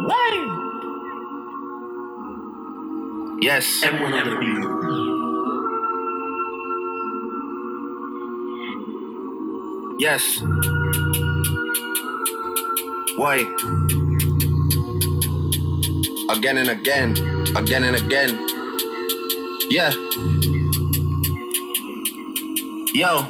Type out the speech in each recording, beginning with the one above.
Why? Yes. And one other reason. Yes. Why? Again and again. Again and again. Yeah. Yo,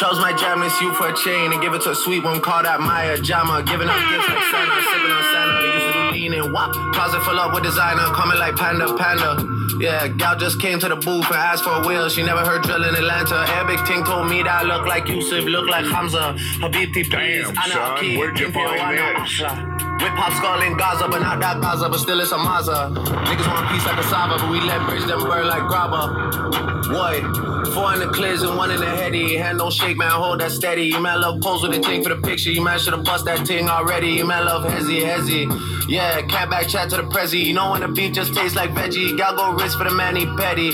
chose my jam, miss you for a chain and give it to a sweet one called that Maya Jama. Giving up gifts like Santa, sipping on Santa. They used to do lean and wop. Closet full up with designer, coming like Panda Panda. Yeah, gal just came to the booth and asked for a wheel. She never heard drill in Atlanta. Arabic Ting told me that I look like Yusuf, look like Hamza. Habibti, please, Damn, Anna son, Aki, where'd you India, find Wana, that? Asha. Whip hop skull in Gaza, but not that Gaza, but still it's a Mazda. Niggas want peace like a Saba, but we let bridge them burn like grabba. What? Four in the clears and one in the heady. Hand don't shake, man, hold that steady. You man love pose with a ting for the picture. You man should've bust that ting already. You man love hezzy, hezzy. Yeah, cat back chat to the prezi. You know when the beef just tastes like veggie. Gal go wrist for the manny petty.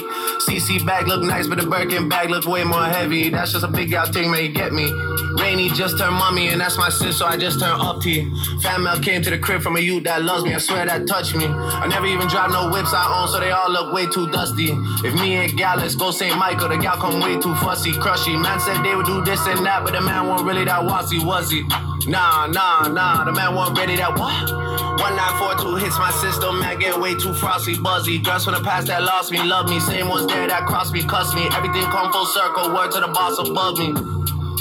CC bag look nice, but the Birkin bag look way more heavy. That's just a big out ting, man, you get me. Rainy just turned mommy, and that's my sis, so I just turned up to you. Fan mail came to the crib from a youth that loves me, I swear that touched me. I never even drive no whips I own, so they all look way too dusty. If me and gal, let's go St. Michael, the gal come way too fussy, crushy. Man said they would do this and that, but the man wasn't really that wassy, was he? Nah, nah, nah, the man wasn't ready that what? 1942 hits my system, man, get way too frosty, buzzy. Girls from the past that lost me, love me. Same ones there that crossed me, cuss me. Everything come full circle, word to the boss above me.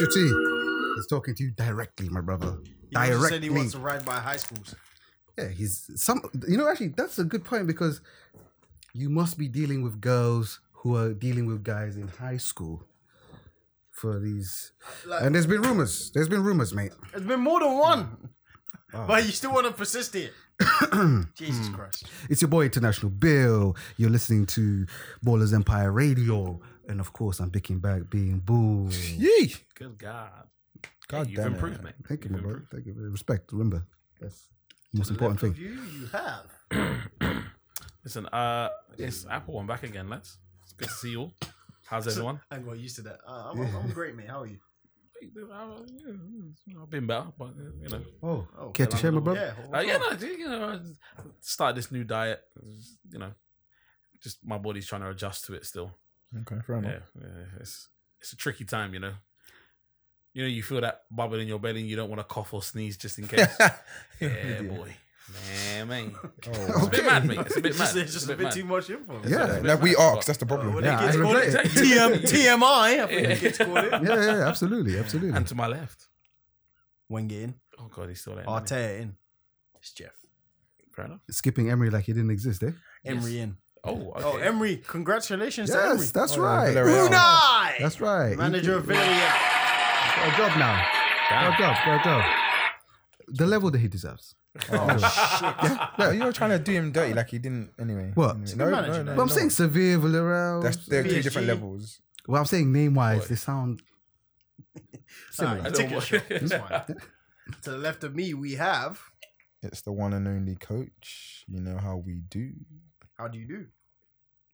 your T is talking to you directly, my brother. He Directly. just said he wants to ride by high schools. Yeah, he's some. You know, actually, that's a good point because you must be dealing with girls who are dealing with guys in high school for these. and there's been rumors. There's been rumors, mate. It's been more than one, Oh. but you still want to persist here. Jesus Hmm. Christ! It's your boy International Bill. You're listening to Ballers Empire Radio, and of course, I'm picking back being boo. Yee. Good God. God you've damn it. improved, mate. Thank you, You've my brother. improved. Thank you. Respect. Remember, that's the most important Look thing. of you, you have. Listen, uh, it's Apple. I'm back again, lads. It's good to see you all. How's everyone? I ain't got used to that. Uh, I'm, I'm great, mate. How are you? I've been better, but you know. Oh, Oh, care to share, my brother? Yeah. Uh, yeah, no, you know, I started this new diet. You know, just my body's trying to adjust to it still. Okay, fair enough. Yeah, yeah, it's it's a tricky time, you know. You know, you feel that bubble in your belly, and you don't want to cough or sneeze just in case. yeah, boy, man, man. It's a bit mad, mate. It's a bit It's just, mad. it's just a bit mad. too much info. Yeah. It's a bit Like we mad, asked, but- that's the problem. Well, Yeah, they I kids call it regret it. TM, TMI. I think the kids call it. Yeah, yeah, yeah, absolutely, absolutely. And to my left. Wenger in, Oh god, he's still there. isn't he? Arteta in, it's Jeff. Fair enough. Skipping Emery like he didn't exist, eh? Emery in. Oh, okay. Oh, Emery! Congratulations to Emery. Yes, that's Oh, yeah, right. Villarreal. Unai! That's right. Manager of Villarreal. Got a job now. Got a job. Got a job. The level that he deserves. Oh, Oh, No, you're trying to do him dirty like he didn't anyway. What? Anyway, He's a No, good no, manager, no, man. But I'm no. saying Sevilla, Villarreal. that's they're two PSG. different levels. well, I'm saying name wise, What? they sound Alright, I I took don't a shot. It's fine. to the left of me, we have. It's the one and only coach. You know how we do. How do you do?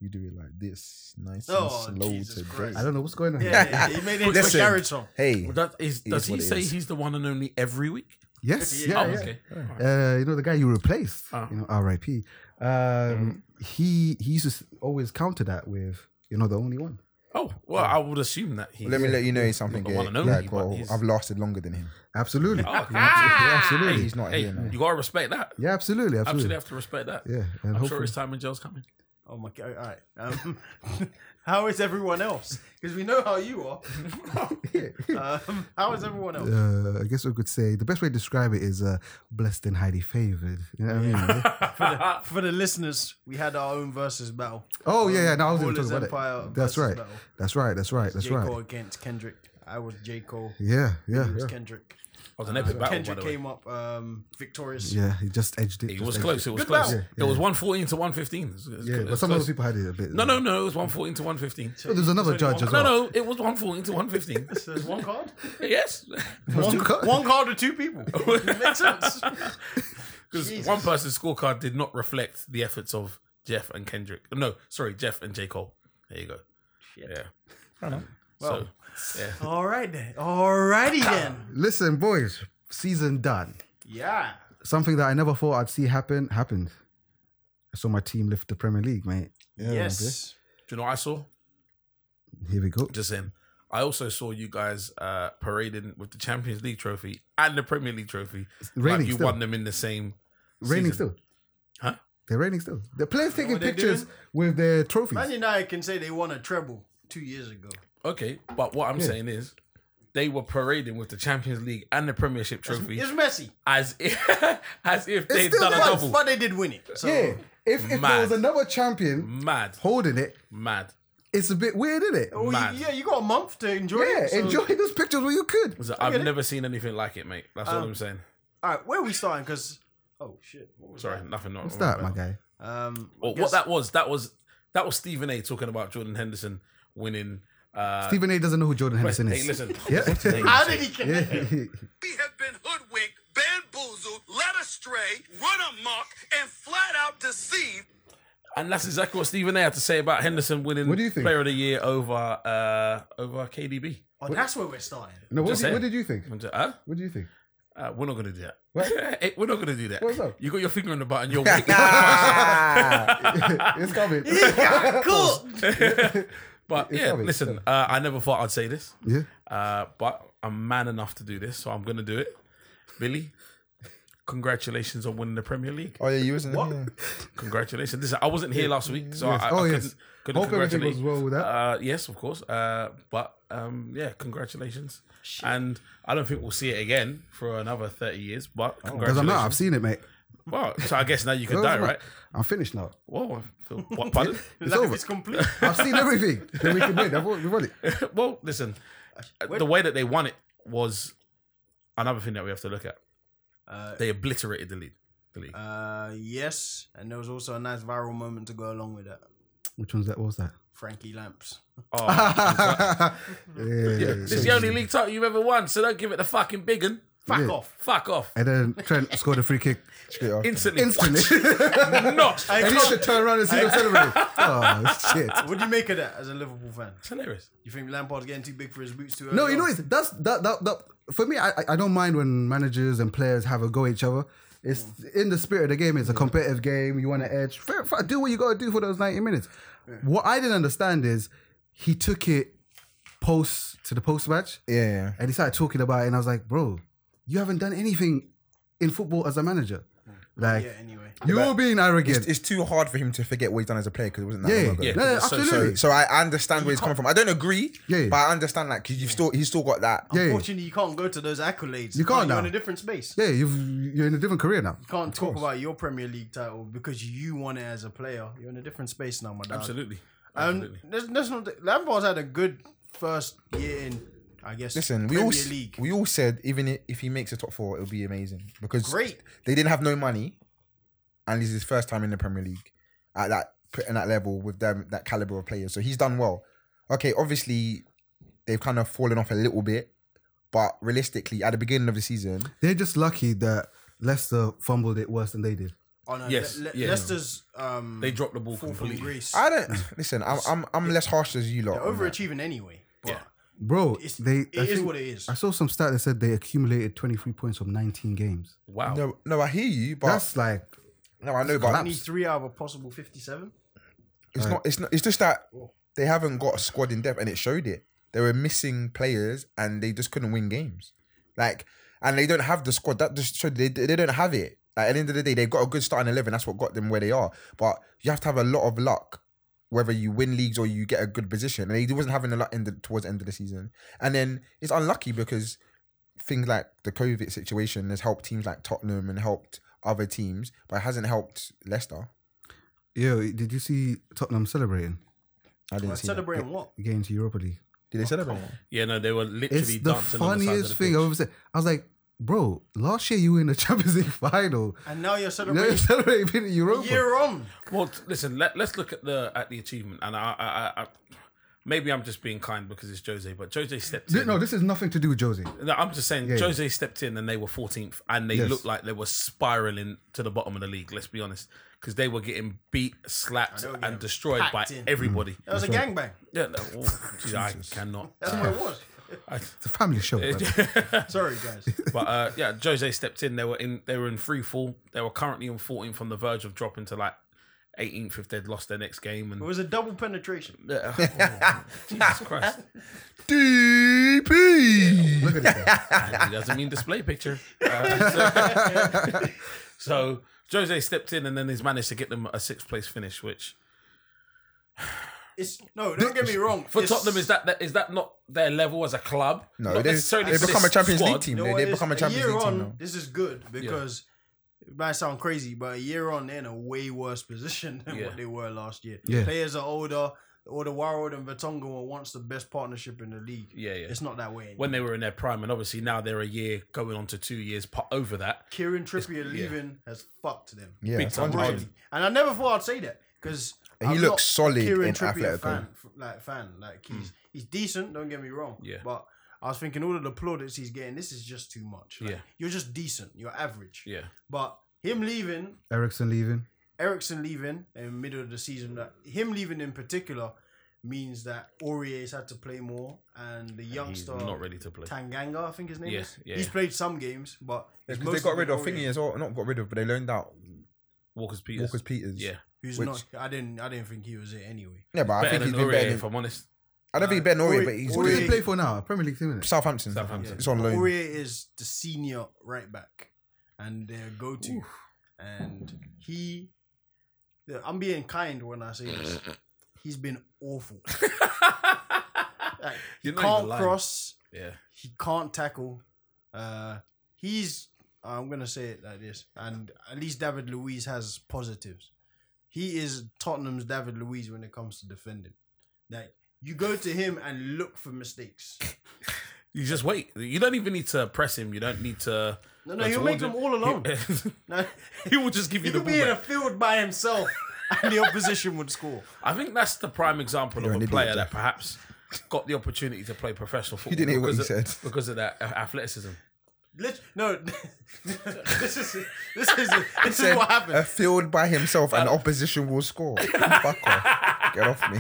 We do it like this, nice Oh, and slow Jesus today. Christ. I don't know what's going on. Yeah, here. yeah, he made it into a Listen. garage song. Hey, Well, that is, It does is he what it say is. he's the one and only every week? Yes. Yeah, oh, Yeah. okay. yeah. Uh, you know the guy you replaced. Oh. Mm-hmm. You know, R.I.P. Um, he he used to s- always counter that with you're not the only one. Oh, well, I would assume that he. let me let you know something. Not the one eh, and only, like, but well, he's- I've lasted longer than him. Absolutely. Oh, Yeah, okay. absolutely. Hey, absolutely. he's not hey, here now. You gotta respect that. Yeah, Absolutely absolutely. Absolutely. have to respect that. Yeah, and I'm sure hopefully- his time in jail's coming. Oh my god! All right. Um, how is everyone else? Because we know how you are. Um, how is everyone else? Uh, I guess we could say the best way to describe it is uh, blessed and highly favored. You know what I mean? Oh, For the listeners, we had our own versus battle. Oh yeah, yeah. No, I was All going to is talk about Empire it. That's versus right. Battle. That's right. That's right. That's J Cole right. against Kendrick. I was J Cole. Yeah, yeah, He was yeah. Kendrick. was an epic battle. By Kendrick the way. came up um, victorious. Yeah, he just edged it. It just was edged close. It was Good close. battle. It was one fourteen to one fifteen. Yeah, but some other people had it a bit. No, no, no. It was one fourteen to one fifteen. But there was another It's only judge as No, well. no. It was one fourteen to one fifteen. So there's one card. yes, It was two co- One card to two people. It makes sense. because one person's scorecard did not reflect the efforts of Jeff and Kendrick. No, sorry, Jeff and J Cole. There you go. Yeah. Um, Well. so, yeah. All right then. All righty then. Listen, boys, season done. Yeah. Something that I never thought I'd see happen happened. I saw my team lift the Premier League, mate. Yes. Do you know what I saw? Here we go. Just in. I also saw you guys uh, parading with the Champions League trophy and the Premier League trophy. Raining like you still. won them in the same. Raining season. still. Huh? They're raining still. The players taking what they're pictures doing? with their trophies. Man United can say they won a treble two years ago. Okay, but what I'm saying is, they were parading with the Champions League and the Premiership trophy It's messy. as if as if they'd still done a there. double. But they did win it. So yeah. If, if there Mad. was another champion Mad, holding it, mad. it's a bit weird, isn't it? Well, Mad. Oh, you, yeah, you got a month to enjoy Yeah, it. so- enjoy those pictures where you could. So I've get it. never seen anything like it, mate. That's Um, all I'm saying. All right, where are we starting? Because oh shit, what was Sorry, nothing. Not What's that, my guy? That? Um, Well, guess- what that was? That was that was Stephen A. talking about Jordan Henderson winning. Uh, Stephen A doesn't know who Jordan Henderson hey, is. listen. Yeah. How did he connect? Yeah. We have been hoodwinked, bamboozled, led astray, run amok, and flat out deceived. And that's exactly what Stephen A. had to say about Henderson winning What do you think? Player of the Year over uh, over KDB. Oh, that's where we're starting. No, what, Just did, saying. what did you think? I'm just- huh? What do you think? Uh, we're not gonna do that. What? Hey, we're not gonna do that. What's up? You got your finger on the button. You're it's coming. cool. But It's yeah, obvious, listen. Uh, I never thought I'd say this, yeah. uh, but I'm man enough to do this, so I'm gonna do it. Billy, congratulations on winning the Premier League. Oh yeah, you wasn't. What? yeah. Congratulations. Listen, I wasn't here last week, so Yes. I, I Oh, couldn't, yes. couldn't Hope everything congratulate. was well with that. Uh, yes, of course. Uh, but um, yeah, congratulations. And I don't think we'll see it again for another thirty years. But Because I'm congratulations. not. I've seen it, mate. well, so I guess now you No, can die, it's not. right? I'm finished now. Well, I feel- what, pardon? It's Life over. is complete. I've seen everything that we can win. I've already won it. well, listen, the way that they won it was another thing that we have to look at. Uh, They obliterated the lead. The league. uh, yes, and there was also a nice viral moment to go along with that. Which one's that? What was that? Frankie Lamps. Oh, yeah. this is the only league title you've ever won, so don't give it the fucking big un. Fuck Yeah. off. Fuck off. And then Trent scored a free kick Straight off. Instantly. instantly. Not. Hey, and he had Klopp, to turn around and see them celebrating. Oh, shit. what do you make of that as a Liverpool fan? It's hilarious. You think Lampard's getting too big for his boots too early? No, you know, on? it's, that's that, that, that. For me, I, I- I don't mind when managers and players have a go at each other. It's in the spirit of the game. It's a competitive game. You want to edge. Fair, fair, do what you got to do for those 90 minutes. What I didn't understand is he took it post to the post match Yeah, yeah. and he started talking about it. And I was like, bro, you haven't done anything in football as a manager. Mm. Like, Yeah, anyway. you're being arrogant. It's, it's too hard for him to forget what he's done as a player because it wasn't that yeah, long ago. yeah, Yeah, no, no, so- so- absolutely. So, so I I understand where he's coming from. I don't agree, Yeah, yeah. but I understand that because you've still he's still got that. yeah, yeah. Fortunately, you can't go to those accolades. You can't You're now. in a different space. yeah, you've, you're in a different career now. You can't talk about your Premier League title because you won it as a player. You're in a different space now, my dog. Absolutely. Um, Absolutely. there's, there's not, Lampard's had a good first year in, I guess. Listen, we Premier all League. we all said even i- if he makes the top four, it'll be amazing because Great. They didn't have no money, and this is his first time in the Premier League at that putting that level with them that caliber of players. So he's done well. Okay, obviously they've kind of fallen off a little bit, but realistically, at the beginning of the season, They're just lucky that Leicester fumbled it worse than they did. Oh, no, Yes, Le- Le- yeah. Leicester's um, They dropped the ball fall from completely. grace. I don't listen. I'm I'm, I'm less harsh as you lot. They're on that. overachieving anyway. But Yeah. Bro, It's- they it is what it is. I saw some stat that said they accumulated 23 points from 19 games. Wow. No, no, I hear you, but That's like no, I know, Only but three out of a possible 57. It's not. It's not. It's just that they haven't got a squad in depth, and it showed it. They were missing players, and they just couldn't win games. Like, and they don't have the squad. That just showed they they don't have it. Like, at the end of the day, they've got a good starting eleven. That's what got them where they are. But you have to have a lot of luck, whether you win leagues or you get a good position. And they wasn't having a lot in the, towards the end of the season. And then it's unlucky because things like the COVID situation has helped teams like Tottenham and helped other teams, but it hasn't helped Leicester. yo, did you see Tottenham celebrating I didn't Well, see. that. celebrating what? getting to Europa League? Did they celebrate? Yeah, no, they were literally It's the dancing on the sides of funniest the thing pitch. I've ever seen. I was like, bro, last year you were in the Champions League final. And now You know, you're celebrating you're celebrating being in a Europa. year on. Well, t- listen. Let, let's look at the at the achievement, and I, I, I, I, maybe I'm just being kind because it's Jose, but Jose stepped Th- in. No, this is nothing to do with Josie. No, I'm just saying, yeah. Jose stepped in and they were 14th, and they Yes. looked like they were spiraling to the bottom of the league. Let's be honest, because they were getting beat, slapped, they were and getting destroyed packed by in. everybody. That was a gangbang. Yeah, no, oh, geez, I cannot. That's what it was. It's a family show. brother. Sorry, guys. But uh, yeah, Jose stepped in. They were in. They were in free fall. They were currently on 14th, on the verge of dropping to like 18th if they'd lost their next game. And It was a double penetration. Yeah, oh, Jesus Christ, DP. Look at this. guy. he doesn't mean display picture. Uh, so, so Jose stepped in, and then he's managed to get them a sixth place finish, which. It's no, don't get me wrong. For it's- Tottenham, is that, that is that not their level as a club? No, Not they, necessarily they for become a this Champions squad. League You team. know They, what they it is? become a Champions year League on, team now. This is good because it might sound crazy, but a year on, they're in a way worse position than Yeah. what they were last year. Yeah. Players are older. Odewara and Vertonghen were once the best partnership in the league. Yeah, yeah. It's not that way. anymore. When they were in their prime, and obviously now they're a year going on to two years po- over that. Kieran Trippier yeah. leaving has fucked them. Yeah, Big time. 100%. Really. And I never thought I'd say that because And he looks solid in Atletico. Mm. fan, f- like fan, like he's he's decent. Don't get me wrong. Yeah. But I was thinking all of the plaudits he's getting, this is just too much. Like, Yeah. You're just decent. You're average. Yeah, But him leaving, Ericsson leaving. Ericsson leaving in the middle of the season, that him leaving in particular means that Aurier's had to play more, and the he's youngster not ready to play. Tanganga, I think his name Yeah, is. yeah. He's played some games, but it's Because they mostly got rid been of Thingy Aurier, as well. Not got rid of, but they loaned out Walker's Peters. Walker's Peters. Yeah, Who's which- not? I didn't. I didn't think he was it anyway. Yeah, but I better think he's than been Aurier, better. if than- I'm honest. I don't think he's better than Aurier- Aurier, but he's What good. does he Aurier- play for now? Premier League team, is Southampton. Southampton. It's on loan. Aurier is the senior right back and their go to. And he, yeah, I'm being kind when I say this. He's been awful. Like, he You're not can't even lying. cross. Yeah, He can't tackle. Uh, he's. I'm gonna say it like this, and at least David Luiz has positives. He is Tottenham's David Luiz when it comes to defending. Like you go to him and look for mistakes. you just wait. You don't even need to press him. You don't need to. No, go no, he'll towards make them him. all alone. He, No, he will just give you he the could ball. be in a back. field by himself, and the opposition would score. I think that's the prime example You're of an a idiot, player Jeff. that perhaps got the opportunity to play professional football. didn't hear what because he of- said. because of that uh, athleticism. Lit- no, this is this is this is Said, what A happened. field by himself and opposition will score. Fuck off. Get off me.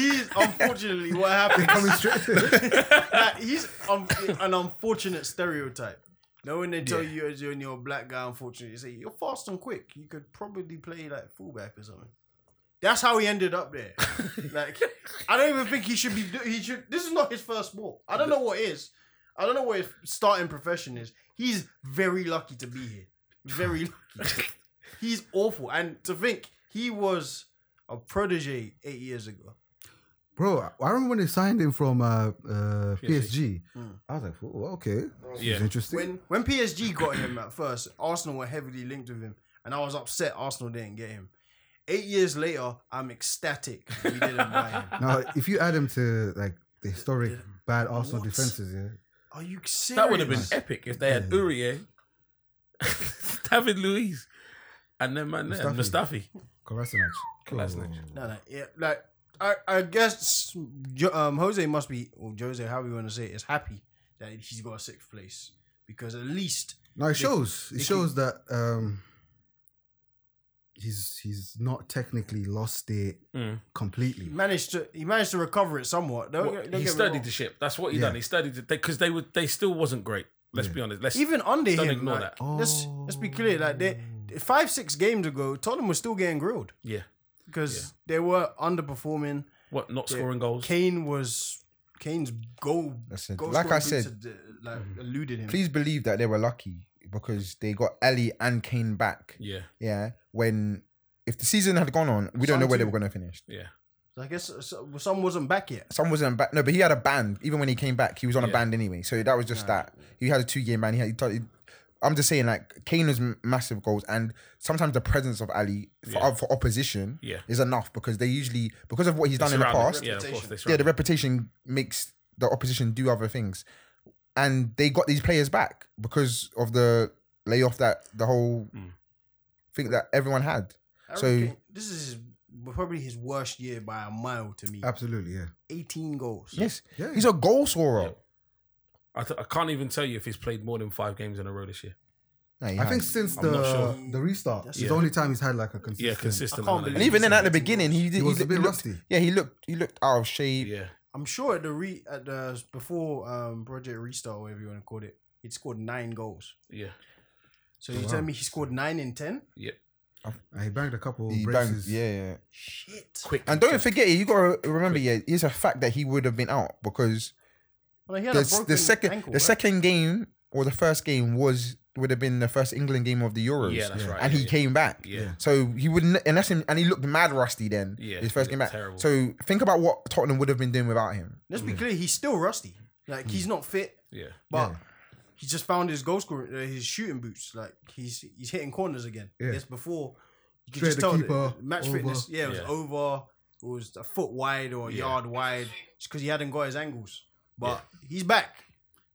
He's unfortunately what happened. coming straight to Like, he's un- an unfortunate stereotype. Now, when they tell you as you're, you're a black guy, unfortunately, they say you're fast and quick. You could probably play like fullback or something. That's how he ended up there. like, I don't even think he should be. do- He should. This is not his first ball. I don't know what is. I don't know what his starting profession is. He's very lucky to be here. Very lucky. He's awful. And to think he was a protege eight years ago. Bro, I- I remember when they signed him from uh, uh, PSG. I was like, oh, okay. This Hmm. Yeah. is interesting. when when PSG got him at first, Arsenal were heavily linked with him, and I was upset Arsenal didn't get him. Eight years later, I'm ecstatic we didn't buy him. now, if you add him to like the historic bad Arsenal What? defenses, yeah. Are you serious? That would have been epic if they had Uriye, David Luiz, and then man Mustafi. Mustafi. Kolasinac. Kolasinac. No, no, yeah, like I, I guess Jo- um, Jose must be or Jose, however you want to say it, is happy that he's got a sixth place because at least No, it shows. It they shows that um, he's he's not technically lost it Mm. he completely. managed to he managed to recover it somewhat. Don't, Well, get- don't he get me studied wrong. the ship. That's what he Yeah. done. He studied it because they were they still wasn't great. Let's Yeah. be honest. Let's even under don't him. ignore like, that. Let's let's be clear. Like they five six games ago, Tottenham was still getting grilled. yeah. because they were underperforming. What not scoring goals? Kane was Kane's goal. Listen, goal like I scoring said- Mhm. boots had, uh, like eluded him. Please believe that they were lucky because they got Ali and Kane back. yeah, Yeah. When if the season had gone on, we don't know where they were going to finish. yeah. I guess uh, so- some wasn't back yet. Some wasn't back. No, but he had a band. Even when he came back, he was on a Yeah. band anyway. So that was just that. He had a two game ban. He had. He t- I'm just saying, like Kane was m- massive goals, and sometimes the presence of Ali for, Yeah. for opposition Yeah. is enough because they usually because of what he's done in the Surrounded- past. yeah, of course, they yeah, the surrounded- reputation makes the opposition do other things. and they got these players back because of the layoff that the whole Mm. thing that everyone had. I So- reckon this is his, probably his worst year by a mile to me. Absolutely, yeah. 18 goals. Yes, Yeah. he's a goal scorer. I, th- I can't even tell you if he's played more than five games in a row this year. No, he I think hasn't. since I'm the not sure. the restart, it's Yeah. the only time he's had like a consistent. Yeah, consistent. I can't amount of and believe games. even then, at the beginning, he, did- He was a looked- bit looked- rusty. Yeah, he looked he looked out of shape. yeah, I'm sure at the re at the before um Project Restart, whatever you want to call it, he'd scored nine goals. yeah, So you wow. tell me he scored nine in ten? And Uh, he banged a couple He banged, braces. yeah, yeah. Shit. quick. And don't forget, you got to remember, yeah, it's a fact that he would have been out because Well, he had the, a s- broken the second ankle, the right? second game or the first game was would have been the first England game of the Euros. Yeah, that's right. and yeah, he yeah. came back. Yeah. So he wouldn't unless him and he looked mad rusty then. Yeah, His first he game looked back. terrible. So think about what Tottenham would have been doing without him. Let's be clear, he's still rusty. Hmm. Like he's not fit, Yeah, but Yeah. he just found his goal scoring, uh, his shooting boots. Like he's he's hitting corners again. Yeah. Yes, before you could Straight just the tell that keeper, the match over. fitness. Yeah, it was Yeah. over. It was a foot wide or a Yeah. yard wide because he hadn't got his angles. But he's back.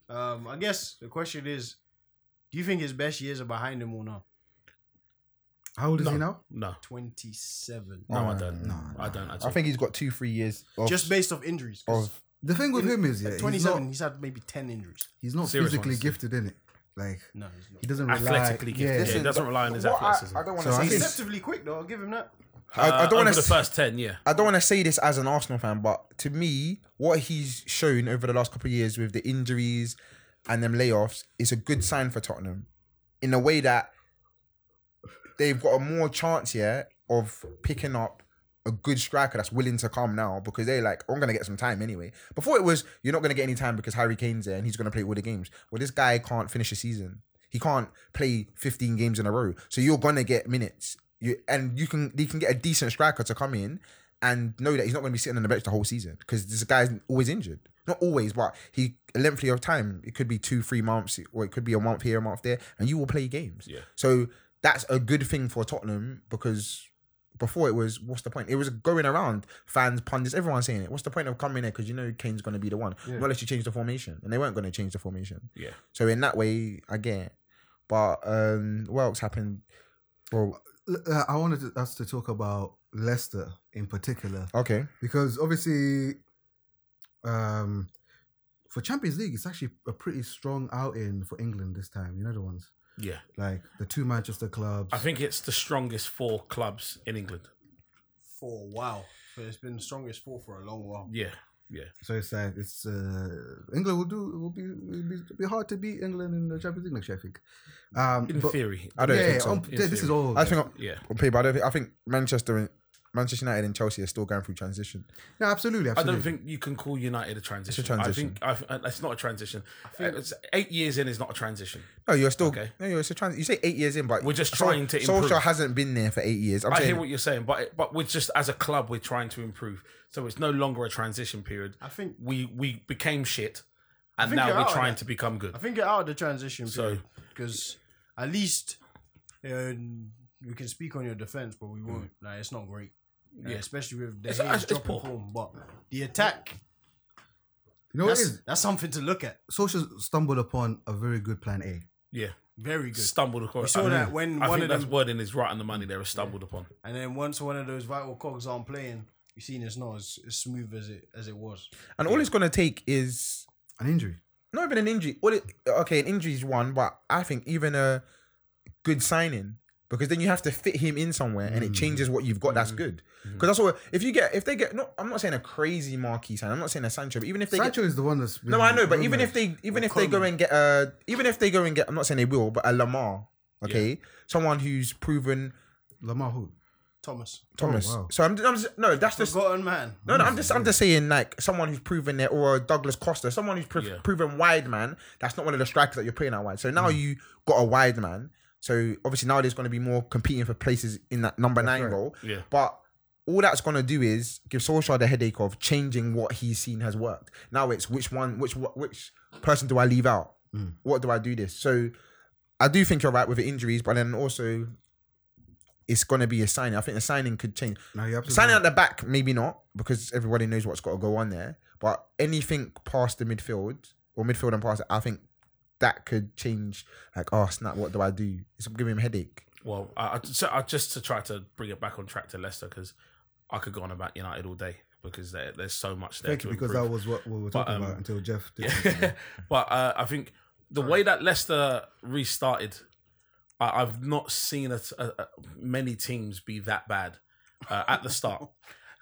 Um, I guess the question is, do you think his best years are behind him or not? How old is No. he now? no, Twenty-seven. no, I Uh, don't. no, I don't. At all. I think he's got two, three years of, Just based off injuries. 'cause of The thing with in- him is, yeah, at he's twenty-seven, not, he's had maybe ten injuries. he's not Serious physically ones. gifted in it. Like No, he's not. he doesn't rely. athletically gifted. Yeah, Yeah, he doesn't rely on his What I- athleticism. I, don't want So to I say think- this. Deceptively quick though, I'll give him that. I, I don't Uh, over want the to. first ten. Yeah, I don't want to say this as an Arsenal fan, but to me, what he's shown over the last couple of years with the injuries and them layoffs is a good sign for Tottenham, in a way that they've got a more chance here of picking up a good striker that's willing to come now because they're like, I'm gonna get some time anyway. Before it was, you're not gonna get any time because Harry Kane's there and he's gonna play all the games. Well, this guy can't finish a season. He can't play 15 games in a row. So you're gonna get minutes. You and you can you can get a decent striker to come in and know that he's not gonna be sitting on the bench the whole season because this guy's always injured. Not always, but he a lengthy of time. It could be two, three months, or it could be a month here, a month there, and you will play games. Yeah. So that's a good thing for Tottenham because before it was what's the point? It was going around fans, pundits, everyone saying it. What's the point of coming there? Because you know Kane's going to be the one, not unless you change the formation, and they weren't going to change the formation. yeah. So in that way, I get. It. But um, what else happened? Well, Uh, I wanted to- us to talk about Leicester in particular okay, because obviously, um, for Champions League, it's actually a pretty strong outing for England this time. You know the ones Yeah, like the two Manchester clubs. I think it's the strongest four clubs in England. for a while. But it's been the strongest four for a long while. Yeah, So it's like it's uh, England will do will be, will be be hard to beat England in the Champions League next year. I think. Um, in but- theory. I don't yeah, think so. um, In yeah, this is theory. all. I think Yeah, I'll play, but I don't think I think Manchester and Manchester United and Chelsea are still going through transition. no, absolutely, I don't absolutely. think you can call United a transition. transition. I think I've, uh, it's not a transition. think- It's- eight years in is not a transition. No, you're still Okay. no, you're still trans- You say eight years in, but We're just Sol- trying to improve. Solskjaer hasn't been there for eight years. I'm i saying hear what you're saying, but but we're just as a club we're trying to improve, so it's no longer a transition period. I think We we became shit, and think now you're we're out of trying that. to become good. I think you're out of the transition So- period because at least uh, we can speak on your defense, but we won't. Like it's not great, Uh, Mm. Yeah. especially with the It's- Hayes it's- it's dropping poor. form. But the attack You know what it that's, is? that's something to look at. Social stumbled upon a very good plan A. Yeah, Very good. stumbled across. We saw I that mean, when I one think of that's them- wording is right on the money. There is stumbled upon. And then once one of those vital cogs aren't playing, you've seen it's not as, as smooth as it as it was. and all it's gonna take is An injury. not even an injury. Well, it, okay, an injury is one, but I think even a good signing because then you have to fit him in somewhere, and Mm. it changes what you've got. That's good because that's what if you get if they get. No, I'm not saying a crazy marquee sign. I'm not saying a Sancho. But even if they get, Sancho is the one that's. been no, I know, but even rumoured. if they even Or if they go Coleman. and get a even if they go and get, I'm not saying they will, but a Lamar, okay, someone who's proven Lamar who? Thomas, Thomas. wow. So I'm, I'm just, no, that's just forgotten man. No, no, I'm just, I'm just saying, like someone who's proven there, or a Douglas Costa, someone who's prov Yeah. proven wide man. That's not one of the strikers that you're playing out wide. So Mm. now you got a wide man. So obviously now there's going to be more competing for places in that number nine right. role. Yeah. But all that's going to do is give Solskjaer the headache of changing what he's seen has worked. Now it's which one, which which person do I leave out? Mm. What do I do this? So I do think you're right with the injuries, but then also it's going to be a signing. I think the signing could change. No, you're absolutely Signing right. at the back, maybe not, because everybody knows what's got to go on there. But anything past the midfield or midfield and passer, I think that could change. Like, oh snap, what do I do? It's giving him headache. Well, I, I, so I just to try to bring it back on track to Leicester because I could go on about United all day because there, there's so much there. Thank to you, because improve. that was what we were talking um, about until Jeff did. Yeah. but uh, I think the way that Leicester restarted, I, I've not seen a, a- a- many teams be that bad uh, at the start.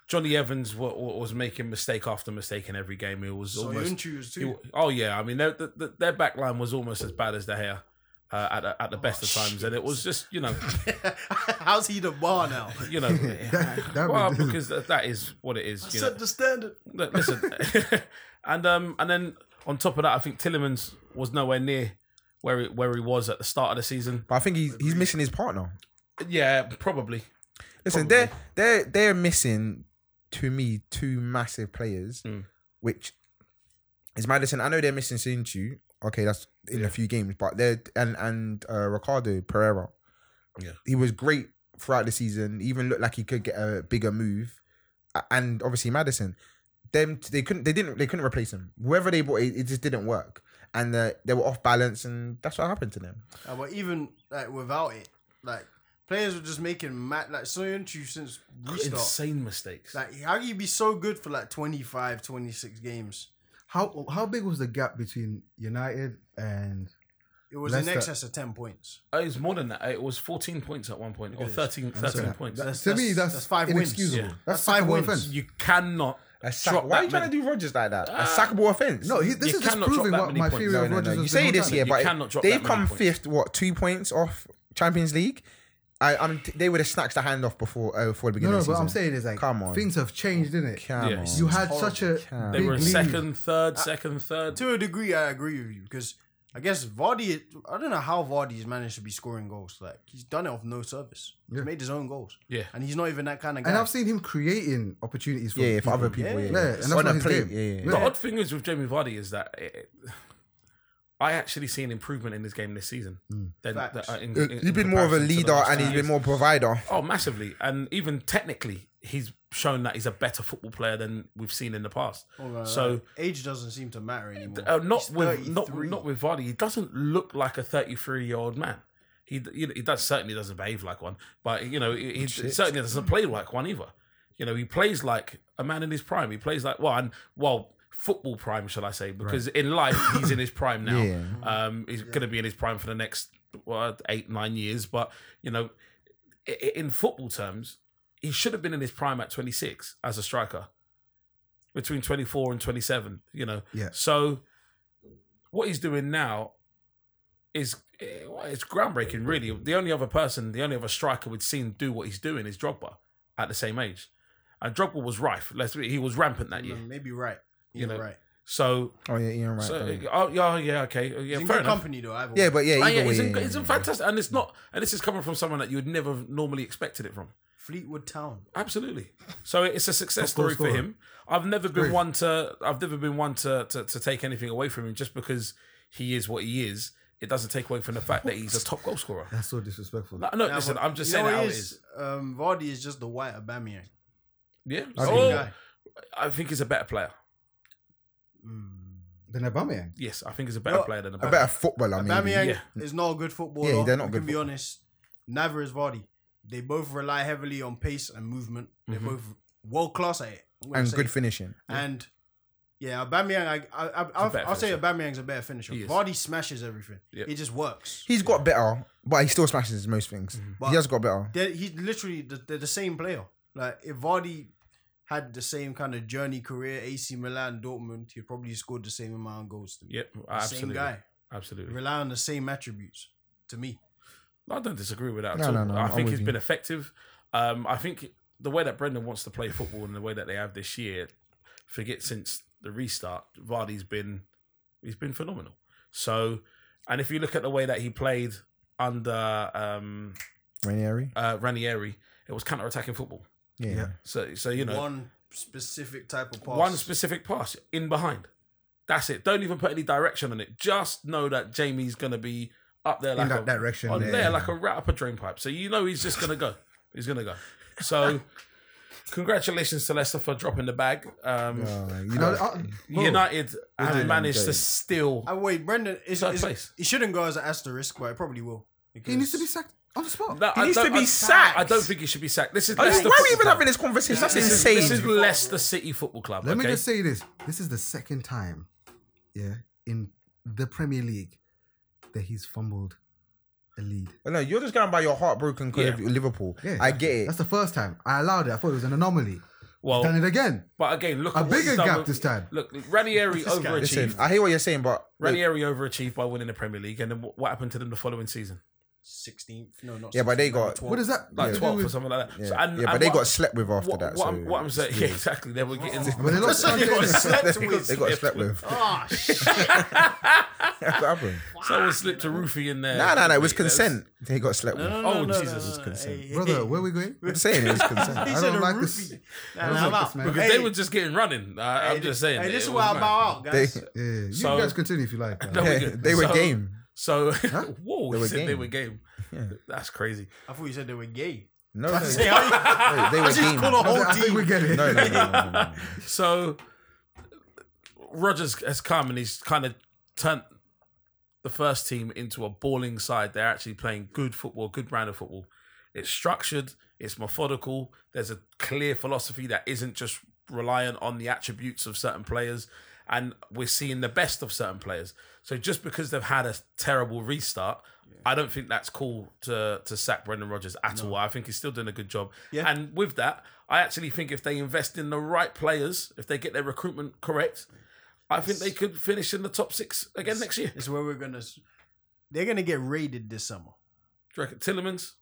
Johnny Evans wa- wa- was making mistake after mistake in every game. He was So almost. Yunchu's he too. wa- oh yeah, I mean their the, the, their back line was almost as bad as the hair. Uh, at, the- at the best Oh, of times, and it was just you know, How's he the bar now? you know, That- that well, would- because that, that is what it is. You know. Set the standard. Look, listen, and um, and then on top of that, I think Tillemans was nowhere near where he, where he was at the start of the season. But I think he's he's missing his partner. Yeah, probably. Listen, they're they're they're missing to me two massive players, Mm. which is Madison. I know they're missing Sinchu. Okay, that's in a few games, but they're and and uh, Ricardo Pereira. Yeah. he was great throughout the season. Even looked like he could get a bigger move, A- and obviously Madison. Them they couldn't they didn't they couldn't replace him. Whoever they bought, it, it just didn't work, and uh, they were off balance, and that's what happened to them. Uh, but even like without it, like players were just making mad like so Yunchu since restart. Insane mistakes. Like how can you be so good for like 25, 26 games? How how big was the gap between United and It was Leicester- in excess of ten points. it was more than that. It was 14 points at one point, or at this. 13, 13 points. to me that's, five wins. inexcusable. Yeah. That's, That's five second-rate wins. offense. you cannot A sack- drop Ah. why are that you trying many- to do Rogers like that? a sackable offense. No, he, this You is just cannot drop proving that what many my points. theory No, of no, Rogers no. You is say the this whole here, time. You but cannot drop they've that many come points. fifth. What two points off Champions League? I, I'm. They would have snatched the hand off before uh, before the No, beginning. no, of the but I'm season. saying is like Come on. things have changed, didn't it? Come Yeah, on. You had such a Can't. They big were lead. Uh, second, third, second, third. To a degree, I agree with you because I guess Vardy. I don't know how Vardy's managed to be scoring goals. Like he's done it off no service. Yeah. He's made his own goals. Yeah. and he's not even that kind of guy. And I've seen him creating opportunities for yeah, yeah, for people. other people. Yeah, Yeah, yeah. yeah, and that's on not a his plate. game. Yeah, yeah. The Yeah. odd thing is with Jamie Vardy is that it, I actually see an improvement in his game this season. Than, Facts. than- in- Hmm. Uh, in- He's in been more of a comparison to the leader last and two he's years. been more provider. Oh, massively, and even technically, he's shown that he's a better football player than we've seen in the past. Although, so, like, age doesn't seem to matter anymore. uh, not He's with not 33. not with Vardy, he doesn't look like a thirty-three-year-old man. He d- you know, he does certainly doesn't behave like one, but you know he, he certainly doesn't play like one either. You know, he plays like a man in his prime. He plays like well, and well, football prime, shall I say? Because in life, he's in his prime now. Yeah. Um, he's going to be in his prime for the next what, eight, nine years. But you know, i- i- in football terms, he should have been in his prime at 26 as a striker, between 24 and 27. You know, Yeah. So what he's doing now is eh, well, it's groundbreaking. Really, the only other person, the only other striker we'd seen do what he's doing is Drogba at the same age, and Drogba was rife. Let's be, he was rampant that year. Mm, Maybe right. You You're know, right. So, Oh yeah, you're right. so though. oh yeah, yeah, okay, yeah, He's in fair good enough. company though. Either yeah, way. but yeah, Oh, either yeah, way, it's, in, yeah, it's yeah, in fantastic, and it's not, and this is coming from someone that you would never have normally expected it from. Fleetwood Town. Absolutely. So it's a success Top goal story for scorer. him. I've never been Great. one to, I've never been one to, to to take anything away from him just because he is what he is. It doesn't take away from the fact that he's a top goal scorer. That's so disrespectful. No, no, Nah, listen, but I'm just you know saying it how what it it is. Um, Vardy is just the white Aubameyang. Yeah. Same Oh, guy. I think he's a better player. Then Aubameyang. Yes, I think he's a better No, player than a A better. better footballer, maybe. Aubameyang Yeah. is not a good footballer. Yeah, they're not we good can be football- honest. Neither is Vardy. They both rely heavily on pace and movement. They're Mm-hmm. both world class at it. I'm gonna and say good it. finishing. And yeah, Aubameyang. I, I, I, I'll, better I'll say finisher. Aubameyang's a better finisher. He is. Vardy smashes everything. Yep. It just works. He's got better, but he still smashes most things. But- Mm-hmm. He has got better. They're, he's literally the, they're the same player. Like if Vardy had the same kind of journey, career, AC Milan, Dortmund, he probably scored the same amount of goals. To me. Yep, same absolutely. guy. Absolutely. Rely on the same attributes. To me, I don't disagree with that. No, at all. no, no, I I'm think with he's you. been effective. Um, I think the way that Brendan wants to play football and the way that they have this year, forget since the restart, Vardy's been he's been phenomenal. So, and if you look at the way that he played under um, Ranieri. uh, Ranieri, it was counter-attacking football. Yeah. Yeah. So, so you know, one specific type of pass. one specific pass in behind. That's it. Don't even put any direction on it. Just know that Jamie's gonna be up there like that a, direction, on yeah. there like a rat up a drain pipe. So you know he's just gonna go. He's gonna go. So congratulations to Leicester for dropping the bag. Um, Uh, you You know, know, I- bro, United have United managed to don't. steal. And Uh, wait, Brendan, is, Third is, place. it shouldn't go as an asterisk, but it probably will. He needs to be sacked on the spot. No, He I needs don't- to be I- sacked. I don't think he should be sacked. This is Why Leicester are we even Football having this conversation? That's Club. this is, insane. this is Leicester City Football Club. Let me okay? just say this. This is the second time, yeah, in the Premier League that he's fumbled a lead. Well, no, you're just going by your heartbroken because Yeah. of Liverpool. Yeah. I get it. That's the first time. I allowed it. I thought it was an anomaly. Done well, it again. but again, look A at what he's bigger done gap with- this time. Look, Ranieri This guy. overachieved. Listen, I hear what you're saying, but Ranieri overachieved by winning the Premier League, and then wh- what happened to them the following season? sixteenth. No, not. Yeah, but they 16th, got- number 12. What is that? Like to do 12 or with- something like that. yeah, So, and- yeah, but and they what- got slept with after what, that. what so I'm, what I'm saying, yeah, exactly. They were getting. But they lost They got Sanchez. slept they, got, with. they got slept with. Ah, shit. That's what happened. Ah, Someone slipped a roofie in there. Nah, nah, nah. It was That's- consent. They got slept with. No, I'm no, Oh, no, no, Jesus, no, it's no. consent. Hey, Brother, hey. where we going? saying it was consent. I He said don't a like roofie. this. Nah, I don't like nah, I'm this, out. man. Because Hey, they were just getting running. I, I'm hey, just saying. Hey, this it is was why I mad. bow out, guys. They- Yeah, you So- guys continue if you like. No, we Yeah, didn't. they were So- game. So, whoa, They he were said they game. were game. That's crazy. I thought you said they were gay. No, no, Say, no, how you- they were I just game. call a No, whole I think we team. get it. no, no, no, no, no, no. So Rogers has come and he's kind of turned the first team into a balling side. They're actually playing good football, good brand of football. It's structured, it's methodical. There's a clear philosophy that isn't just reliant on the attributes of certain players. And we're seeing the best of certain players. So just because they've had a terrible restart, I don't think that's cool to to sack Brendan Rodgers at all. I think he's still doing a good job. Yeah. And with that, I actually think if they invest in the right players, if they get their recruitment correct, I think they could finish in the top six again next year. It's where we're gonna. s- They're gonna get raided this summer. Do you reckon Tillemans?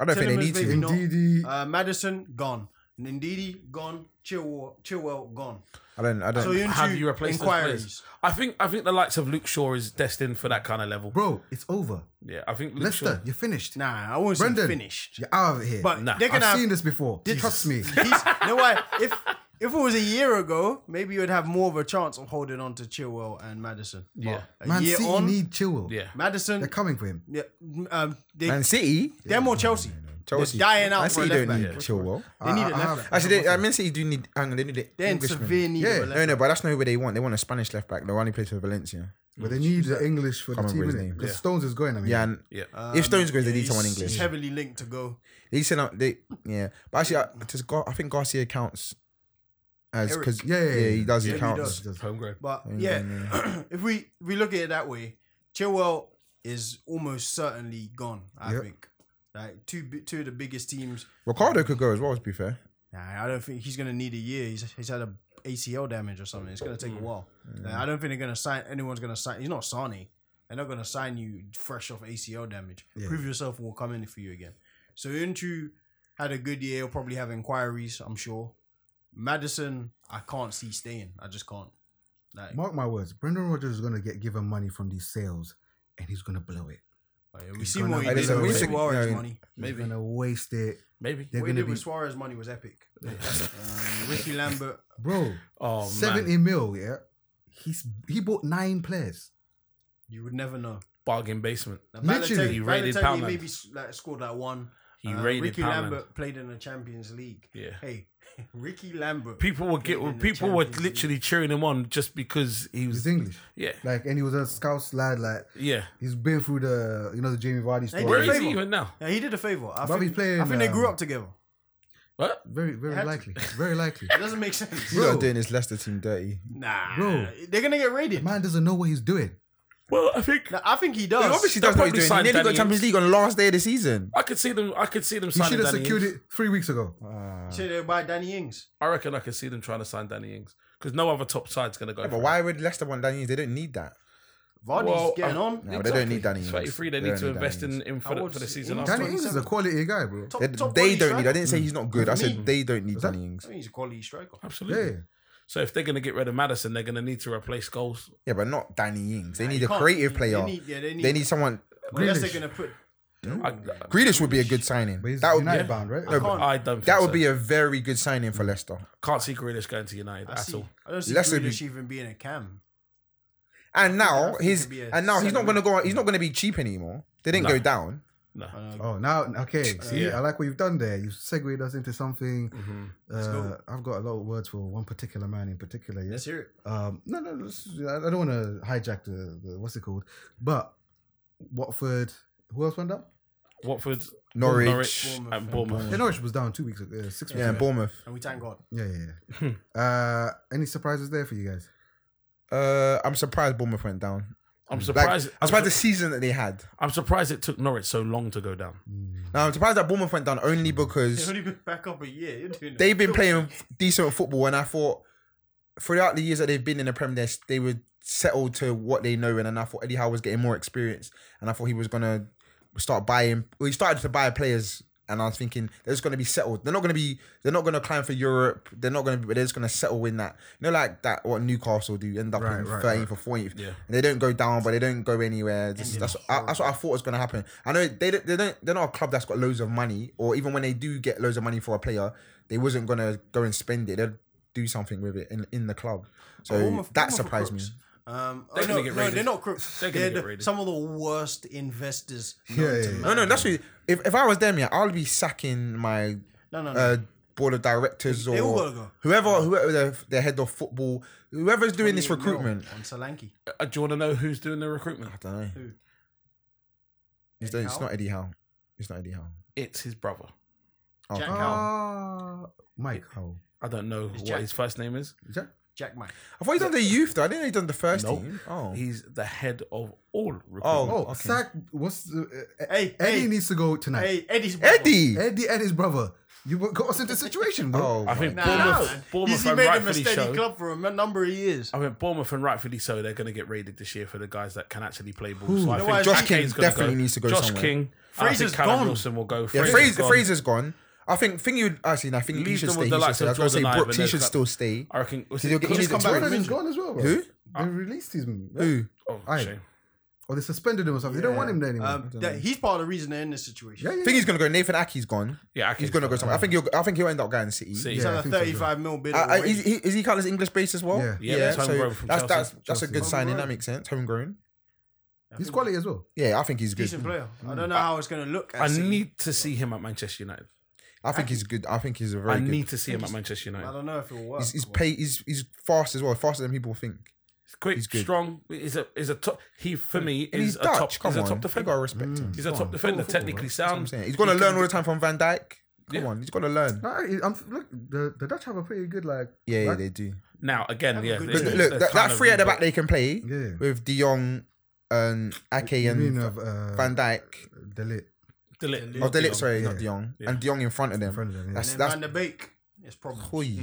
I don't think they Tielemans need maybe to. not. Ndidi. Uh, Madison gone. Ndidi gone. Chilwell, Chilwell gone. I don't. I So don't. you into How do you replace those inquiries? players? I think I think the likes of Luke Shaw is destined for that kind of level. Bro, it's over. Yeah, I think Luke Leicester, Shaw. you're finished. Nah, I won't say Brendan, finished. You're out of it here. But Nah, they're I've gonna have seen this before. Trust me. He's, you know what? If if it was a year ago, maybe you'd have more of a chance of holding on to Chilwell and Madison. Yeah. But a Man year City on, need Chilwell. Yeah. They're Madison. coming for him. Yeah, um, they, Man City. they're more Chelsea. Chelsea. They're dying out Man for a City left don't back. need Chilwell. They need I- a I left have- back. Actually, they, I mean, City do need. Hang on, they need They're the in severe Englishman. need Yeah, of a No, left no, back. but that's not who they want. They want a Spanish left back. The one who plays for Valencia. But they need the English for the Can't team, remember his innit? name. Because Yeah. Stones is going, I mean. Yeah, and Yeah. if Stones goes, they need He's- someone Um, He's English. heavily linked to go. He said uh, they, yeah, but actually, I, just Gar- I think Garcia counts as Eric. because Yeah, yeah, yeah. he does. Yeah, he he counts. does. Just- Homegrown. But yeah, if we if we look at it that way, Chilwell is almost certainly gone. I Yep. think like two bi- two of the biggest teams. Ricardo could go as well. To be fair, Nah, I don't think he's gonna need a year. He's he's had a ACL damage or something. It's gonna take a while. Like, I don't think they're gonna sign. Anyone's gonna sign. He's not Sane. They're not gonna sign you fresh off ACL damage. Yeah. Prove yourself, and we'll come in for you again. So Intu had a good year. He'll probably have inquiries. I'm sure. Madison, I can't see staying. I just can't. Like, Mark my words, Brendan Rodgers is going to get given money from these sales and he's going to blow it. oh, yeah, we see what he I did listen, with we should- Suarez no, money. Maybe. He's going to waste it. Maybe. They're What he going to did be. with Suarez money was epic. um, Ricky Lambert. Bro, Oh man. 70 mil, yeah? He's He bought nine players. You would never know. Bargain basement. Now, Literally. Balotelli- He raided Balotelli Poundland. maybe s- like, scored that one. He Uh, raided Ricky Poundland. Lambert played in the Champions League. Yeah. Hey, Ricky Lambert. People were get played in the people were Champions League. literally cheering him on just because he was He's English. Yeah. Like, and he was a scouts lad. Like, Yeah. he's been through the, you know, the Jamie Vardy story. did Where is Favour. he even now? Yeah, he did a favor. I Bobby's think, playing, I think they grew um, up together. What? Very, very had to. likely. Very likely. It doesn't make sense. you are doing this Leicester team dirty. Nah, Bro. they're gonna get raided. Man doesn't know what he's doing. Well, I think Nah, I think he does. He obviously They'll does what probably he's doing. sign He nearly Danny got Champions League on the last day of the season. I could see them I could see them He should signing have Danny secured Ings. it three weeks ago. Say they buy Danny Ings. I reckon I could see them trying to sign Danny Ings. Because no other top side's gonna go. Yeah, for but him. why would Leicester want Danny? Ings? They don't need that. Vardy's Well, getting um, on. No, they don't need Danny. He's Ings. 23, they don't need to Danny invest Ings. in him How for the, old for the is he? season Danny Danny after. Ings is a quality guy, bro. Top, They, top they quality don't need. I striker. didn't say he's not good. I For said me. they don't need that- Danny Ings. I think he's a quality striker. Absolutely. Yeah. So if they're gonna get rid of Madison, they're gonna need to replace goals. Yeah, but not Danny Ings. They need you a can't- creative they- they player. need- yeah, they need- They need someone. Unless they're Grealish. gonna put I, Grealish would be a good signing. But he's That would United be, bound, right? No, Mm. but I don't. Think that would be a very good signing for Leicester. Can't see Grealish going to United I, at see, all. I don't see Leicester Grealish be- even being a cam. And I now think it his could be a and now he's not seven. going to go. He's not going to be cheap anymore. They didn't No. go down. No. Oh, now okay. See, yeah. I like what you've done there. You've segued us into something. Mm-hmm. Uh, go. I've got a lot of words for one particular man in particular. Yeah? Let's hear it. Um, no, no, let's- I I don't want to hijack the, the what's it called, but Watford. Who else went down? Watford, Norwich, Norwich Bournemouth, and Bournemouth. Yeah, Norwich was down two weeks ago, uh, six weeks yeah, and ago. Bournemouth. And we thank God. Yeah, yeah. yeah. uh, any surprises there for you guys? Uh, I'm surprised Bournemouth went down. I'm Like, surprised. I'm surprised the season that they had. I'm surprised it took Norwich so long to go down. Mm. Now I'm surprised that Bournemouth went down only They've because only been back up a year. You're doing they've been playing decent football, and I thought throughout the years that they've been in the Premier, League, they were settled to what they know, and, and I thought Eddie Howe was getting more experience, and I thought he was gonna start buying. Well, he started to buy players, and I was thinking they're just gonna be settled. They're not gonna be. They're not gonna climb for Europe. They're not gonna. be They're just gonna settle in that. You know, like that what Newcastle do, end up Right, in right, 13th right. or 40th. Yeah. And they don't go down, but they don't go anywhere. This- that's, I, that's what I thought was going to happen. I know they don't- they don't they're not a club that's got loads of money, or even when they do get loads of money for a player, they wasn't going to go and spend it. They'd do something with it in, in the club. So Bournemouth- that Bournemouth are surprised me. crooks. Um, They're oh, gonna no, get no, raided. they're not crooks. They're They're, gonna get the, raided. some of the worst investors. Yeah, known yeah, to yeah. No, no, man. that's really, if if I was them, yeah, I'll be sacking my no, no, no. uh, board of directors They all or gotta go. whoever whoever the, the head of football, whoever's doing this Million mil recruitment. on Solanke. Uh, do you want to know who's doing the recruitment? I don't know. Who? It's, Eddie it's Howe? not Eddie Howe. It's not Eddie Howe. It's his brother. Oh. Jack Howe. Ah, Mike Howell. I don't know what Jack. his first name is. Is that- Jack Mike. I thought he done the youth though. I didn't know he done the first Nope. team. Oh, He's the head of all recruitment. Oh. Oh, Okay. Sack. What's the, uh, Hey, Eddie hey. needs to go tonight. Hey, Eddie's brother. Eddie. Eddie and his brother. You got us into a situation, bro. Oh, I think my- Nah, Bournemouth, nah. Bournemouth, He's- he and made him a rightfully steady so. club for a m- number of years. I mean, Bournemouth and rightfully so, they're going to get raided this year for the guys that can actually play ball. so I know think what, Josh King's Josh King gonna definitely go. needs to go Josh somewhere. King. and I think Fraser's Callum gone. Wilson will go. yeah, Fraser's Fraser, gone. Fraser's gone. I think thing you actually, no, I think he Leave should them stay. with He the should likes stay. I of was gonna say Jordan Ivan. Brooks. He those should cla- still stay. I reckon. Was Did you- it, he was just it come back Jordan? with Jordan's gone as well, bro. Who? They released him. bro. Who? Oh, Aye. shame. Or they suspended him or something. They don't want him there anymore. Um, that, he's part of the reason they're in this situation. yeah, yeah. I think he's gonna go. Nathan Aki's gone. Yeah, He's gonna go somewhere. I think he'll. I think he'll end up going City. See, He's Yeah, I had a think so, 35 mil bid. Uh, uh, already. is, he, is he counted as English base as well? Yeah. Yeah, that's so homegrown from that's Chelsea. that's that's a Chelsea. good signing. That Homegrown. makes sense. Homegrown. he's quality as well. Yeah, I think he's good. Decent player. I don't know how it's going to look. At I City. need to see him at Manchester United. I think he's good. I think he's a very I good. need to see him at Manchester I United. don't know if it will work. He's he's, pay, he's he's fast as well. Faster than people think. He's quick, he's good. strong. He's a is a top. He for me And is he's a top. Dutch. Come he's a on, top You gotta defender. respect him. He's a top defender. Technically I'm sound. saying. He's got to learn all the time from Van Dyke. Come Yeah. on, he's got to learn. No, I- I'm, look, the, the Dutch have a pretty good like. Yeah, yeah, back- they do. Now again, yeah. good But it's- look, it's that, kind that of three at the rebuilt. back they can play Yeah. with De Jong, and Ake, You and mean of uh, Van Dyke. Delit De Ligt- Of the De Ligt, Jong. sorry, Yeah. not De Jong, Yeah. and De Jong in front of them. in front of them. Yeah. That's And then Hmm. that's. Van de Beek. It's probably. Oi.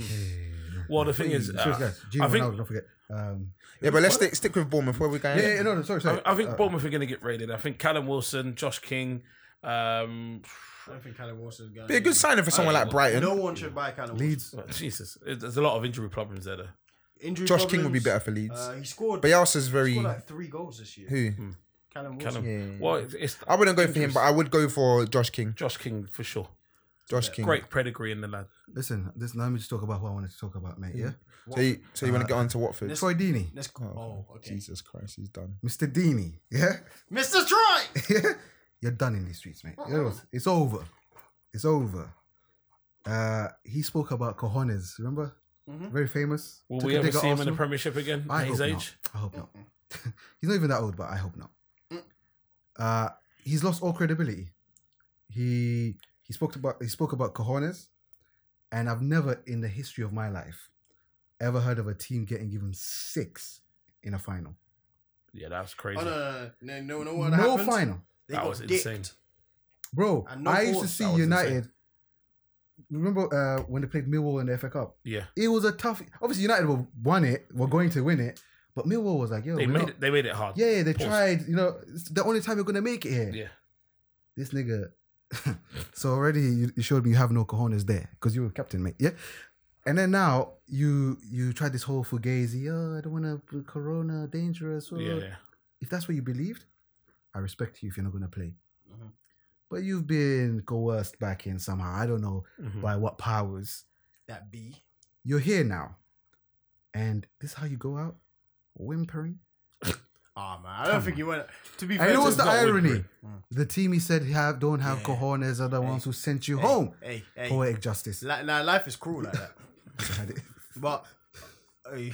Well, the thing is, Sorry, uh, guys. Gino I think Ronaldo, don't forget. Um, Yeah, but let's stick, stick with Bournemouth. Where we going? yeah, yeah, no, no, sorry, sorry. I, I think Uh, Bournemouth are going to get raided. I think Callum Wilson, Josh King. Um, I don't think Callum Wilson's going. Be a good signing for someone like Brighton. No one should buy Callum Wilson. Leeds. well, Jesus, it- there's a lot of injury problems there. Though. Injury Josh King would be problems. better for Leeds. Uh, he scored. Bielsa's he very scored like Hmm. three goals this year. who. Callum Wilson. Callum. Mm. Yeah. Well, it's, it's Oh. I wouldn't go for him, but I would go for Josh King. Josh King for sure. Josh King. Great pedigree in the lad. Listen, listen. Let me just talk about who I wanted to talk about, mate. Yeah, So you, so you want to get on to Watford? This- Troy Deeney, Let's go. Oh, okay. Jesus Christ, he's done. Mr. Deeney. Yeah, Mr. Troy. you're done in these streets, mate. Uh-uh. You know what? It's over. It's over. Uh, he spoke about cojones. Remember? Mm-hmm. Very famous. Will Took we a ever dig at see him in the Arsenal. Premiership again I at his hope age? Not. I hope not. he's not even that old, but I hope not. Mm. Uh, he's lost all credibility. He he spoke about he spoke about cojones, and I've never in the history of my life ever heard of a team getting given six in a final. Yeah, that's crazy. Oh, no, no, no, no, no, no, what No happened? final, They That got was dicked. insane. bro. And no I used to goals. see That was United. Remember uh, when they played Millwall in the FA Cup? Yeah, It was a tough. Obviously, United were- won it. Were going to win it, but Millwall was like, "Yo, they we're made not- it. They made it hard. Yeah, they Pause. tried. You know, it's the only time you're gonna make it here. Yeah. This nigga. so already you, you showed me you have no cojones there because you were captain, mate. Yeah. And then now you you tried this whole fugazi. Oh, I don't want to corona dangerous. oh." yeah, yeah. If that's what you believed, I respect you if you're not gonna play. Mm-hmm. But you've been coerced back in somehow. I don't know Mm-hmm. Hmm. by what powers. That B. You're here now, and this is how you go out whimpering. Ah man, I don't think he went. To be fair, And it to was the him, not Woodbury. irony. The team he said have don't have cojones are the ones who sent you home. Hey, hey. Poetic justice. Li- Now life is cruel like that. Had it. But hey,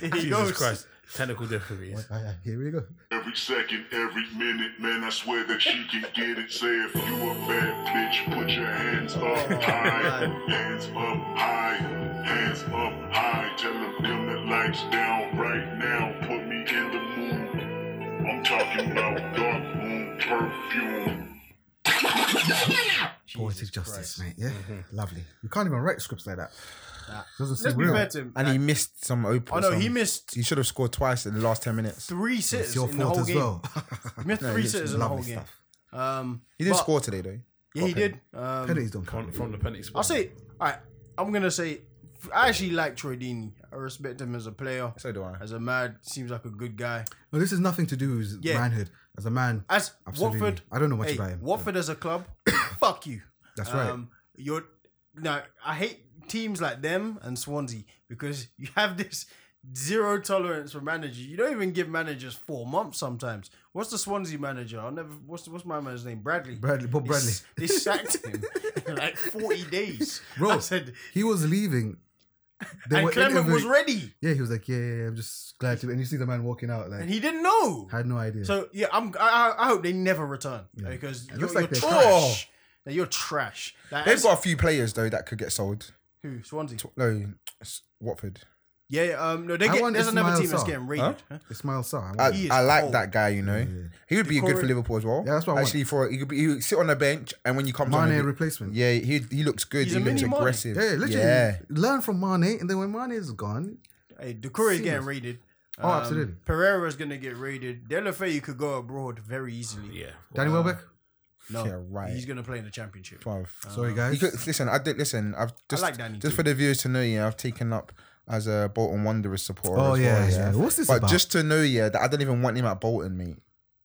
here he Jesus goes. Christ. Technical difficulties. Ah, yeah, Here we go. Every second, every minute, man, I swear that she can get it. Say if you a bad bitch, put your hands up high, hands up high, hands up high. Tell them dim the lights down right now. Put me in the mood. I'm talking about dark moon perfume. Poetic justice, mate. Yeah, lovely. You can't even write scripts like that. Doesn't Mm-hmm. Let's seem be real. fair to him. And he missed some open. Oh no, he some- missed He should have scored twice in the last ten minutes. three It's sitters your in the fault whole as game. well. He missed No, three literally sitters in the whole lovely game. Um, He did but- score today though. Yeah, he did. Um, Penalties don't count. From, from the penalty spot. I'll say. All right, I'm gonna say. I actually like Troy Deeney. I respect him as a player. So do I. As a man, seems like a good guy. No, this is nothing to do with Yeah. manhood. As a man, As Absolutely. Watford, I don't know much hey, about him. Watford as a club, fuck you. Um, That's right. You're no, I hate teams like them and Swansea because you have this zero tolerance for managers. You don't even give managers four months sometimes. What's the Swansea manager? I'll never. What's what's my manager's name? Bradley. Bradley- Bob They Bradley. s- They, sacked him in like forty days. Bro, I said, he was leaving. They and were in Clement every- was ready, Yeah, he was like, yeah, yeah, yeah, I'm just glad to. And you see the man walking out, like, and he didn't know. had no idea. So yeah, I'm. I, I- I hope they never return because you're, looks like you're they're trash. Like, You're trash. Like, They've got a few players though that could get sold. who Swansea. No, s- Watford. Yeah, yeah, um, no, they I get, want there's another Ismail team that's Sarr. getting raided. Huh? huh? Ismail Sarr. I I, want- He is I like cold. that guy. You know, he would be good for Decore- Liverpool as well. Yeah, that's what I want. Actually, for he could be, he would sit on the bench and when you come Mane on, he- replacement. yeah, he he looks good. He's he a looks mini Mane. aggressive. Yeah, literally. Yeah. Learn from Mane, and then when Mane is gone, Hey, Ducour is getting Seamless. raided. Oh, absolutely. Pereira's gonna get raided. Delafeu could go abroad very easily. Yeah. Danny Welbeck. No, Yeah, right. He's gonna play in the championship. Bruv. Sorry, Uh, He guys. could, listen, I did listen. I've just like Danny just too. for the viewers to know. Yeah, I've taken up as a Bolton Wanderers supporter. Oh, as yeah, well, yeah. What's this But about? just to know, yeah, that I don't even want him at Bolton, mate.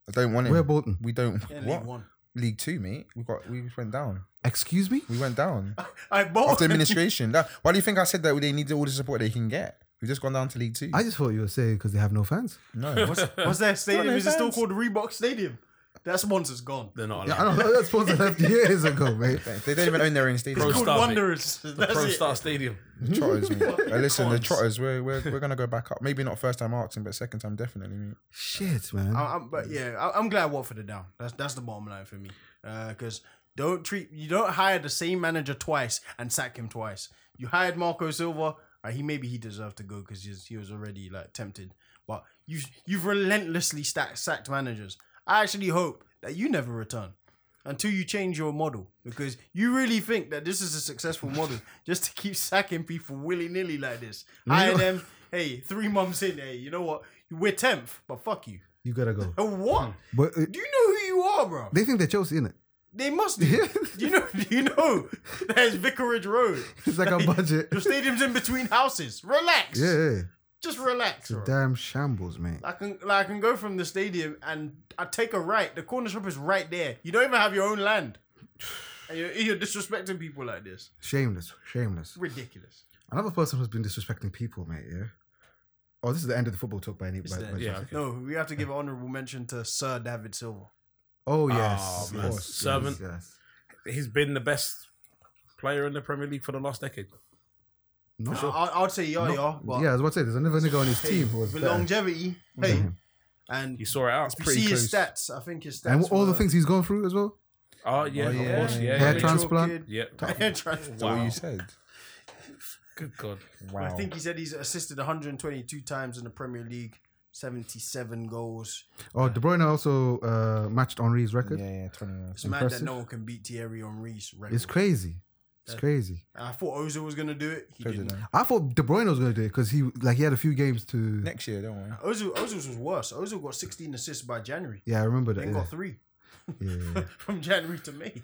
I don't want him. Where Bolton? We don't. Yeah, what? League One. League Two, mate. We got. We went down. Excuse me? We went down I after bought. administration. That- why do you think I said that they needed all the support they can get? We've just gone down to League Two. I just thought you were saying because they have no fans. no. What's their stadium? no Is it still fans. called Reebok Stadium? That sponsor's gone. They're not allowed. Yeah, I know that sponsor left years ago, mate. they don't even own their own stadium. Pro Called Star, mate. Wanderers. That's Pro it. Star Stadium. trotters, mate. Hey, listen, the Cons. trotters. We're, we're we're gonna go back up. Maybe not first time asking, but second time definitely, mate. Shit, man. I, I'm, but yeah, I, I'm glad Watford are down. That's that's the bottom line for me. Because don't treat you don't hire the same manager twice and sack him twice. You hired Marco Silva. uh, he maybe he deserved to go because he was already like tempted. But you you've relentlessly stacked, sacked managers. I actually hope that you never return until you change your model because you really think that this is a successful model just to keep sacking people willy nilly like this. Hire them. Hey, three months in. Hey, you know what? We're tenth, but fuck you. You gotta go. A what? But uh, Do you know who you are, bro? they think they're Chelsea, innit? They must. Do. you know? Do you know? There's Vicarage Road. It's like a budget. Your stadium's in between houses. Relax. Yeah, yeah. Just relax. It's a bro. damn shambles, mate. I can like I can go from the stadium and I take a right. The corner shop is right there. You don't even have your own land. And you're, you're disrespecting people like this. Shameless, shameless. It's ridiculous. Another person who's been disrespecting people, mate. Yeah. Oh, this is the end of the football talk by any. By, the by end, yeah. Chelsea. No, we have to give honourable mention to Sir David Silva. Oh Oh, yes, man. yes, Servant. Yes, yes. He's been the best player in the Premier League for the last decade. No, I, I, I'd say yeah, yeah, but yeah, that's what I said. There's another nigga on his hey, team who was Mm-hmm. for better. longevity. Hey, and He saw it out. You pretty see his close. stats. I think his stats. and all the were- things he's gone through as well. Oh yeah, Oh, yeah. of course. Yeah, Hair yeah. trans- transplant. Kid. yeah. Hair transplant. What Wow. you said. Good God. Wow. I think he said he's assisted 122 times in the Premier League, 77 goals. Oh, De Bruyne also uh, matched Henri's record. yeah, yeah, 21. It's mad that Impressive. no one can beat Thierry Henry's record. It's crazy. It's crazy. I thought Ozil was gonna do it. He Treasure didn't. now. I thought De Bruyne was gonna do it because he like he had a few games to. Next year, don't worry. Ozil, Ozil's was worse. Ozil got 16 assists by January. Yeah, I remember that. Then Yeah. got three Yeah, yeah, from January to May.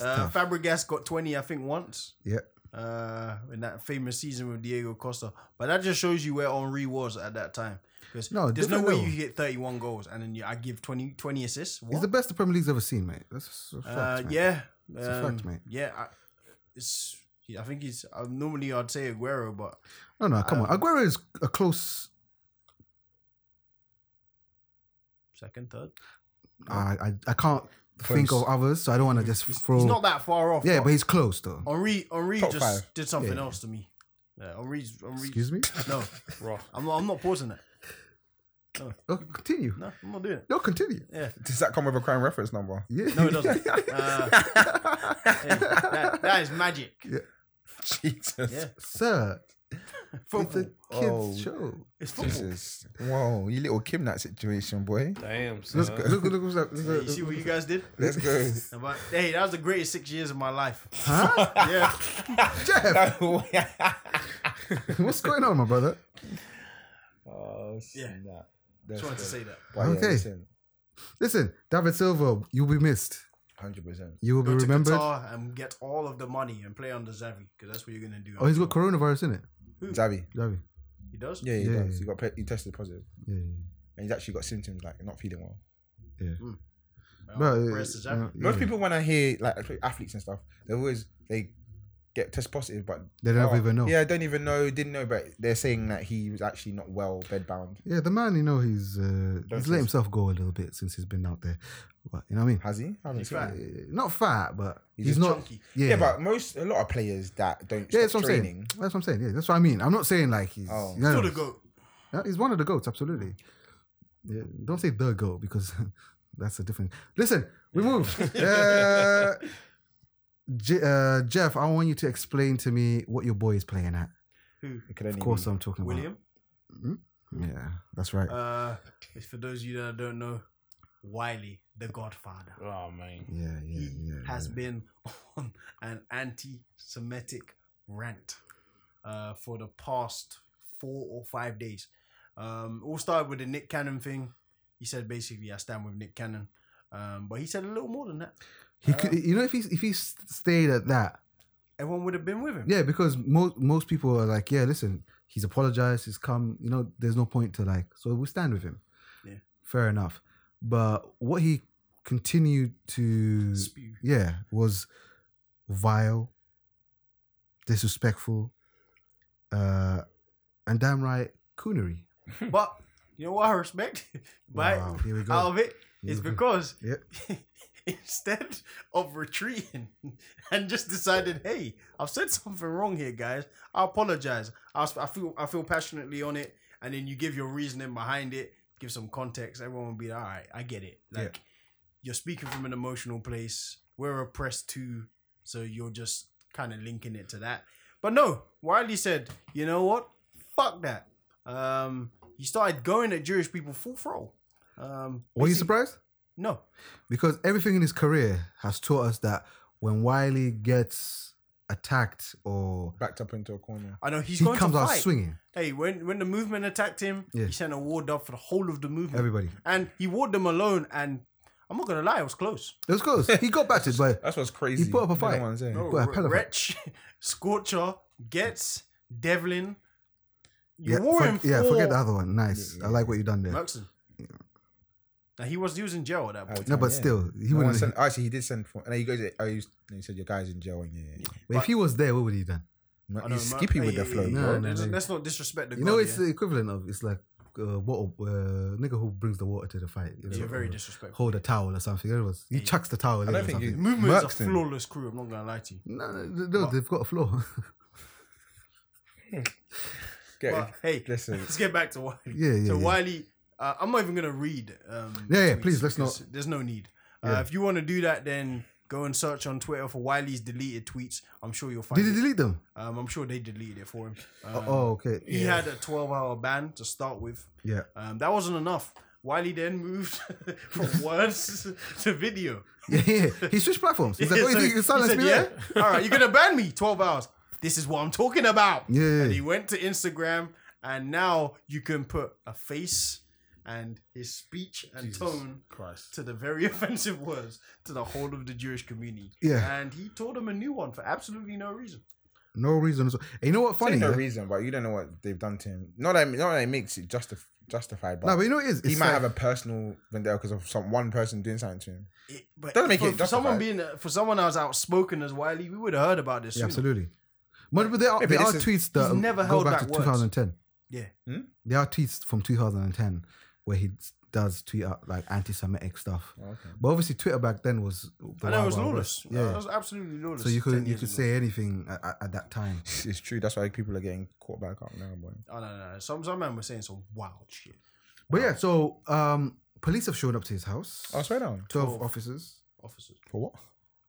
Uh, tough. Fabregas got 20, I think, once. yeah. uh, in that famous season with Diego Costa. But that just shows you where Henri was at that time. Because No, there's no different way level. you get 31 goals and then you, I give 20, 20 assists. He's What? the best the Premier League's ever seen, mate. That's a fact, uh, man. yeah. a um, fact, mate. Yeah. I, it's, I think he's. Uh, normally I'd say Aguero, but No, no, come on. Aguero is a close second, third. I, I, I can't think Close. of others, so I don't want to just throw. He's not that far off. yeah, but he's close though. Henri Henri Top just five. did something Yeah. else to me. Yeah, Henri's Henri. Excuse me. No, Raw. I'm not. I'm not pausing that. Oh, continue. No. No, I'm not doing it. continue. Yeah. Does that come with a crime reference number? Yeah. No, it doesn't. Uh, yeah, that- that is magic. Jesus. Yeah. Sir, it's a Football. kids Oh. show. It's football. Jesus. Whoa, you little Kim that situation, boy. Damn, Look, son. look, look, what's that? Look, Hey, you see what you guys did? Let's go. But hey, that was the greatest six years of my life. huh? Yeah. Jeff, what's going on, my brother? oh, Yeah. That's Just wanted to say that. Okay. Listen, David Silva, you'll be missed. Hundred percent. You will be Go to remembered. Qatar and get all of the money and play under Xavi because that's what you're gonna do. Oh, he's got after. coronavirus in it. Zavi. David. He does. Yeah, he Yeah, does. yeah. He got pe- he tested positive, Yeah, yeah. and he's actually got symptoms like not feeling well. Well, But, uh, whereas the you Xavi- know, Most yeah. people, when I hear like athletes and stuff, they always they get test positive, but They don't even know. Yeah, I don't even know. Didn't know, but they're saying that he was actually not well, bedbound. Yeah, the man, you know, he's uh, Don't he's let listen. himself go a little bit since he's been out there. But you know what I mean? Has he? I haven't He's seen fat. it. Uh, Not fat, but He's he's, just not. chunky. Yeah, Yeah, but most a lot of players that don't yeah, yeah, that's stop what I'm training. saying. That's what I'm saying. Yeah, that's what I mean. I'm not saying like he's Oh. you know, Still the goat. yeah, he's one of the goats, absolutely. Yeah, don't say the goat because that's a different. Listen, we move. uh, Je- uh, Jeff, I want you to explain to me what your boy is playing at. It could only Of course, um, be- I'm talking William. about. Yeah, that's right. Uh, it's for those of you that don't know, Wiley, the Godfather, Oh man. yeah, yeah, yeah. has been on an anti-Semitic rant uh, for the past four or five days. Um, all started with the Nick Cannon thing. He said basically, "I stand with Nick Cannon," um, but he said a little more than that. Uh, He could, you know, if he if he s- stayed at that, Everyone would have been with him. yeah, because most most people are like, yeah, listen, he's apologized, he's come, you know, there's no point to like, so we stand with him. Yeah. fair enough. But what he continued to, Spew. yeah, was vile, disrespectful, uh, and damn right coonery. But you know what I respect? But Wow, here we go. out of it is we go. because Mm-hmm. Yep. instead of retreating and just deciding, hey, I've said something wrong here, guys. I apologize. I, s- I feel I feel passionately on it, and then you give your reasoning behind it, give some context. Everyone will be like, all right. I get it. Like you're speaking from an emotional place. We're oppressed too, so you're just kind of linking it to that. But no, Wiley said, you know what? Fuck that. Um, he started going at Jewish people full throttle. Um, Were you basically- surprised? No. because everything in his career has taught us that when Wiley gets attacked or backed up into a corner. I know he's he going comes to out fight. swinging, Hey, when when the movement attacked him, Yeah. he sent a war dove for the whole of the movement. everybody. And he wore them alone. And I'm not gonna lie, it was close. It was close. He got battered, but That's what's crazy. He put up a You know what fight. I'm saying? No, Well, Re- hell of a- Wretch, Scorcher, Gets, Devlin. You yeah, wore for- him for yeah, forget the other one. Nice. I like what you done there. Merkson. Now he was using jail at that point. No, but Yeah. still, he No one wouldn't. sent- actually, he did send. For, and he goes, "Oh, you, he said your guy's in jail." And yeah, yeah, but if he was there, what would he done? yeah. I know, he's Mer- skippy hey, with the hey, flow. hey, No, bro. let's- no, no. Let's not disrespect the You god, know, it's yeah? the equivalent of it's like uh, water, uh, nigga who brings the water to the fight. You know, You're very or disrespectful. Hold a towel or something. It was, he Yeah. chucks the towel. I in or don't think something. you. Movement is a Merkson. flawless crew. I'm not gonna lie to you. No, no, no, they've got a floor. Get- But hey, listen. let's get back to Wiley. Yeah, yeah, So yeah. Wiley, uh, I'm not even gonna read. Um, Yeah, yeah, tweets please, let's because not. There's no need. Uh, Yeah. if you want to do that, then go and search on Twitter for Wiley's deleted tweets. I'm sure you'll find. Did he it. delete them? Um, I'm sure they deleted it for him. Um, Oh, okay. He had a 12 hour ban to start with. Yeah. Um, that wasn't enough. Wiley then moved from words to video. Yeah, yeah. He switched platforms. He's like, oh, you So think you he can silence said, me yeah. there? All right, you're gonna ban me 12 hours. This is what I'm talking about. Yeah, yeah, And yeah. he went to Instagram, and now you can put a face and his speech and tone Christ. to the very offensive words to the whole of the Jewish community. Yeah. And he told them a new one for absolutely no reason. No reason. So, you know what? Funny, Funny. no yeah? reason, but you don't know what they've done to him. Not that not that it makes it justif- justified, but, No, but you know what it is. he It's might like- have a personal vendetta because of some one person doing something to him. It, but Doesn't make for, it for someone justified. being for someone that was outspoken as Wiley, we would have heard about this. Yeah, sooner. absolutely. But, but there are, Maybe there are this is- tweets that he's um, never go held back back to words. 2010. Yeah. Hmm? There are tweets from 2010 where he does tweet out like anti-Semitic stuff. Oh, But obviously, Twitter back then was I know it was lawless. Yeah, it Yeah. was absolutely lawless. So you 10 could you years could ago. say anything at, at- at that time. It's true. That's why people are getting caught back up now, boy. Oh no, no, no. Some some man was saying some wild shit. But yeah, so um, police have shown up to his house. Oh, I Oh, swear down. Twelve officers. Officers. For what?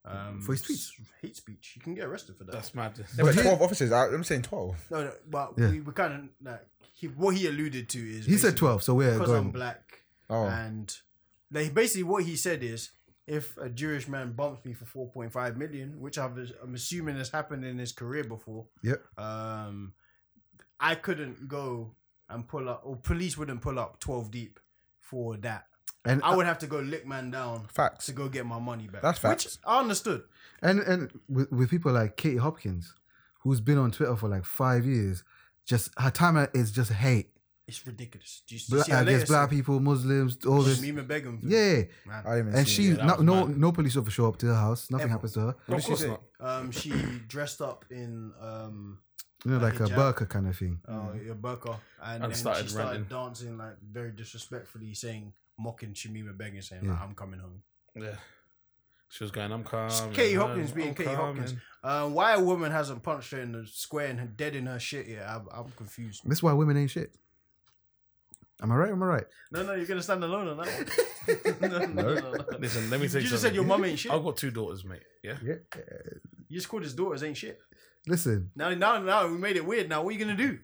Um, For his tweets. s- Hate speech. You can get arrested for that. That's madness. There were he- twelve officers. I, I'm saying twelve. no, no, but Yeah. we, we kind of like he, what he alluded to is He said basically, twelve, so we're because I'm going. black Oh. and like basically what he said is if a Jewish man bumps me for 4.5 million, which I've, I'm assuming has happened in his career before, Yep. um, I couldn't go and pull up, or police wouldn't pull up 12 deep for that. And I would have to go lick man down Facts. to go get my money back. That's Which facts. I understood. and and with, with people like Katie Hopkins, who's been on Twitter for like five years, just her timer is just hate It's ridiculous. Do you Bla- see how against latest black people, Muslims, all this. Mima Begum. thing? Yeah, Man. I didn't even and see she it. no that was no, mad. no police officer show up to her house. Nothing Ever. happens to her. Of course not. Um, she dressed up in um, You know, Like like a a jab. burqa kind of thing. uh, your burqa, and, And then started she started ranting. dancing like very disrespectfully, saying mocking Shamima Begum, saying like, Yeah. "I'm coming home." Yeah. She was going, I'm calm. Katie and, Hopkins um, being I'm Katie calm Hopkins. and- Uh, why a woman hasn't punched her in the square and her dead in her shit yet? I'm, I'm confused. That's why women ain't shit. Am I right? Am I right? No, no, you're gonna stand alone on that one. no, no, no, no, no. Listen, let me You take just said your mum ain't shit. I've got two daughters, mate. Yeah. Yeah. You just called his daughters ain't shit. Listen, Now, now, now we made it weird. Now, what are you gonna do?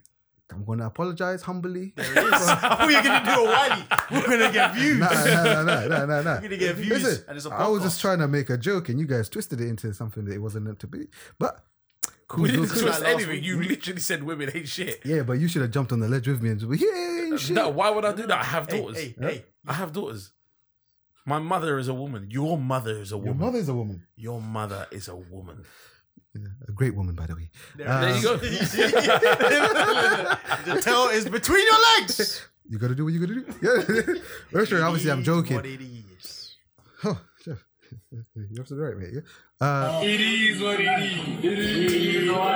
I'm gonna apologize humbly. There it is. what are you gonna do, O'Reilly? We're gonna get views. nah, nah, nah, nah, nah, nah. You're gonna get views, and it's a I was podcast. just trying to make a joke, and you guys twisted it into something that it wasn't meant to be. But cool, We didn't cool, cool. twist Like last anything. week. You literally said women ain't shit. Yeah, but you should have jumped on the ledge with me and just, yeah, ain't shit. No, why would I do that? I have Hey, daughters. hey, hey. I have daughters. My mother is a woman. Your mother is a Your woman. mother's a woman, Your mother is a woman. a great woman, by the way. There you go. the tail is between your legs. You gotta do what you gotta do. Yeah, Well, sure, obviously I'm joking. What it is. Oh, Jeff. You're absolutely right, mate. Yeah. Uh, it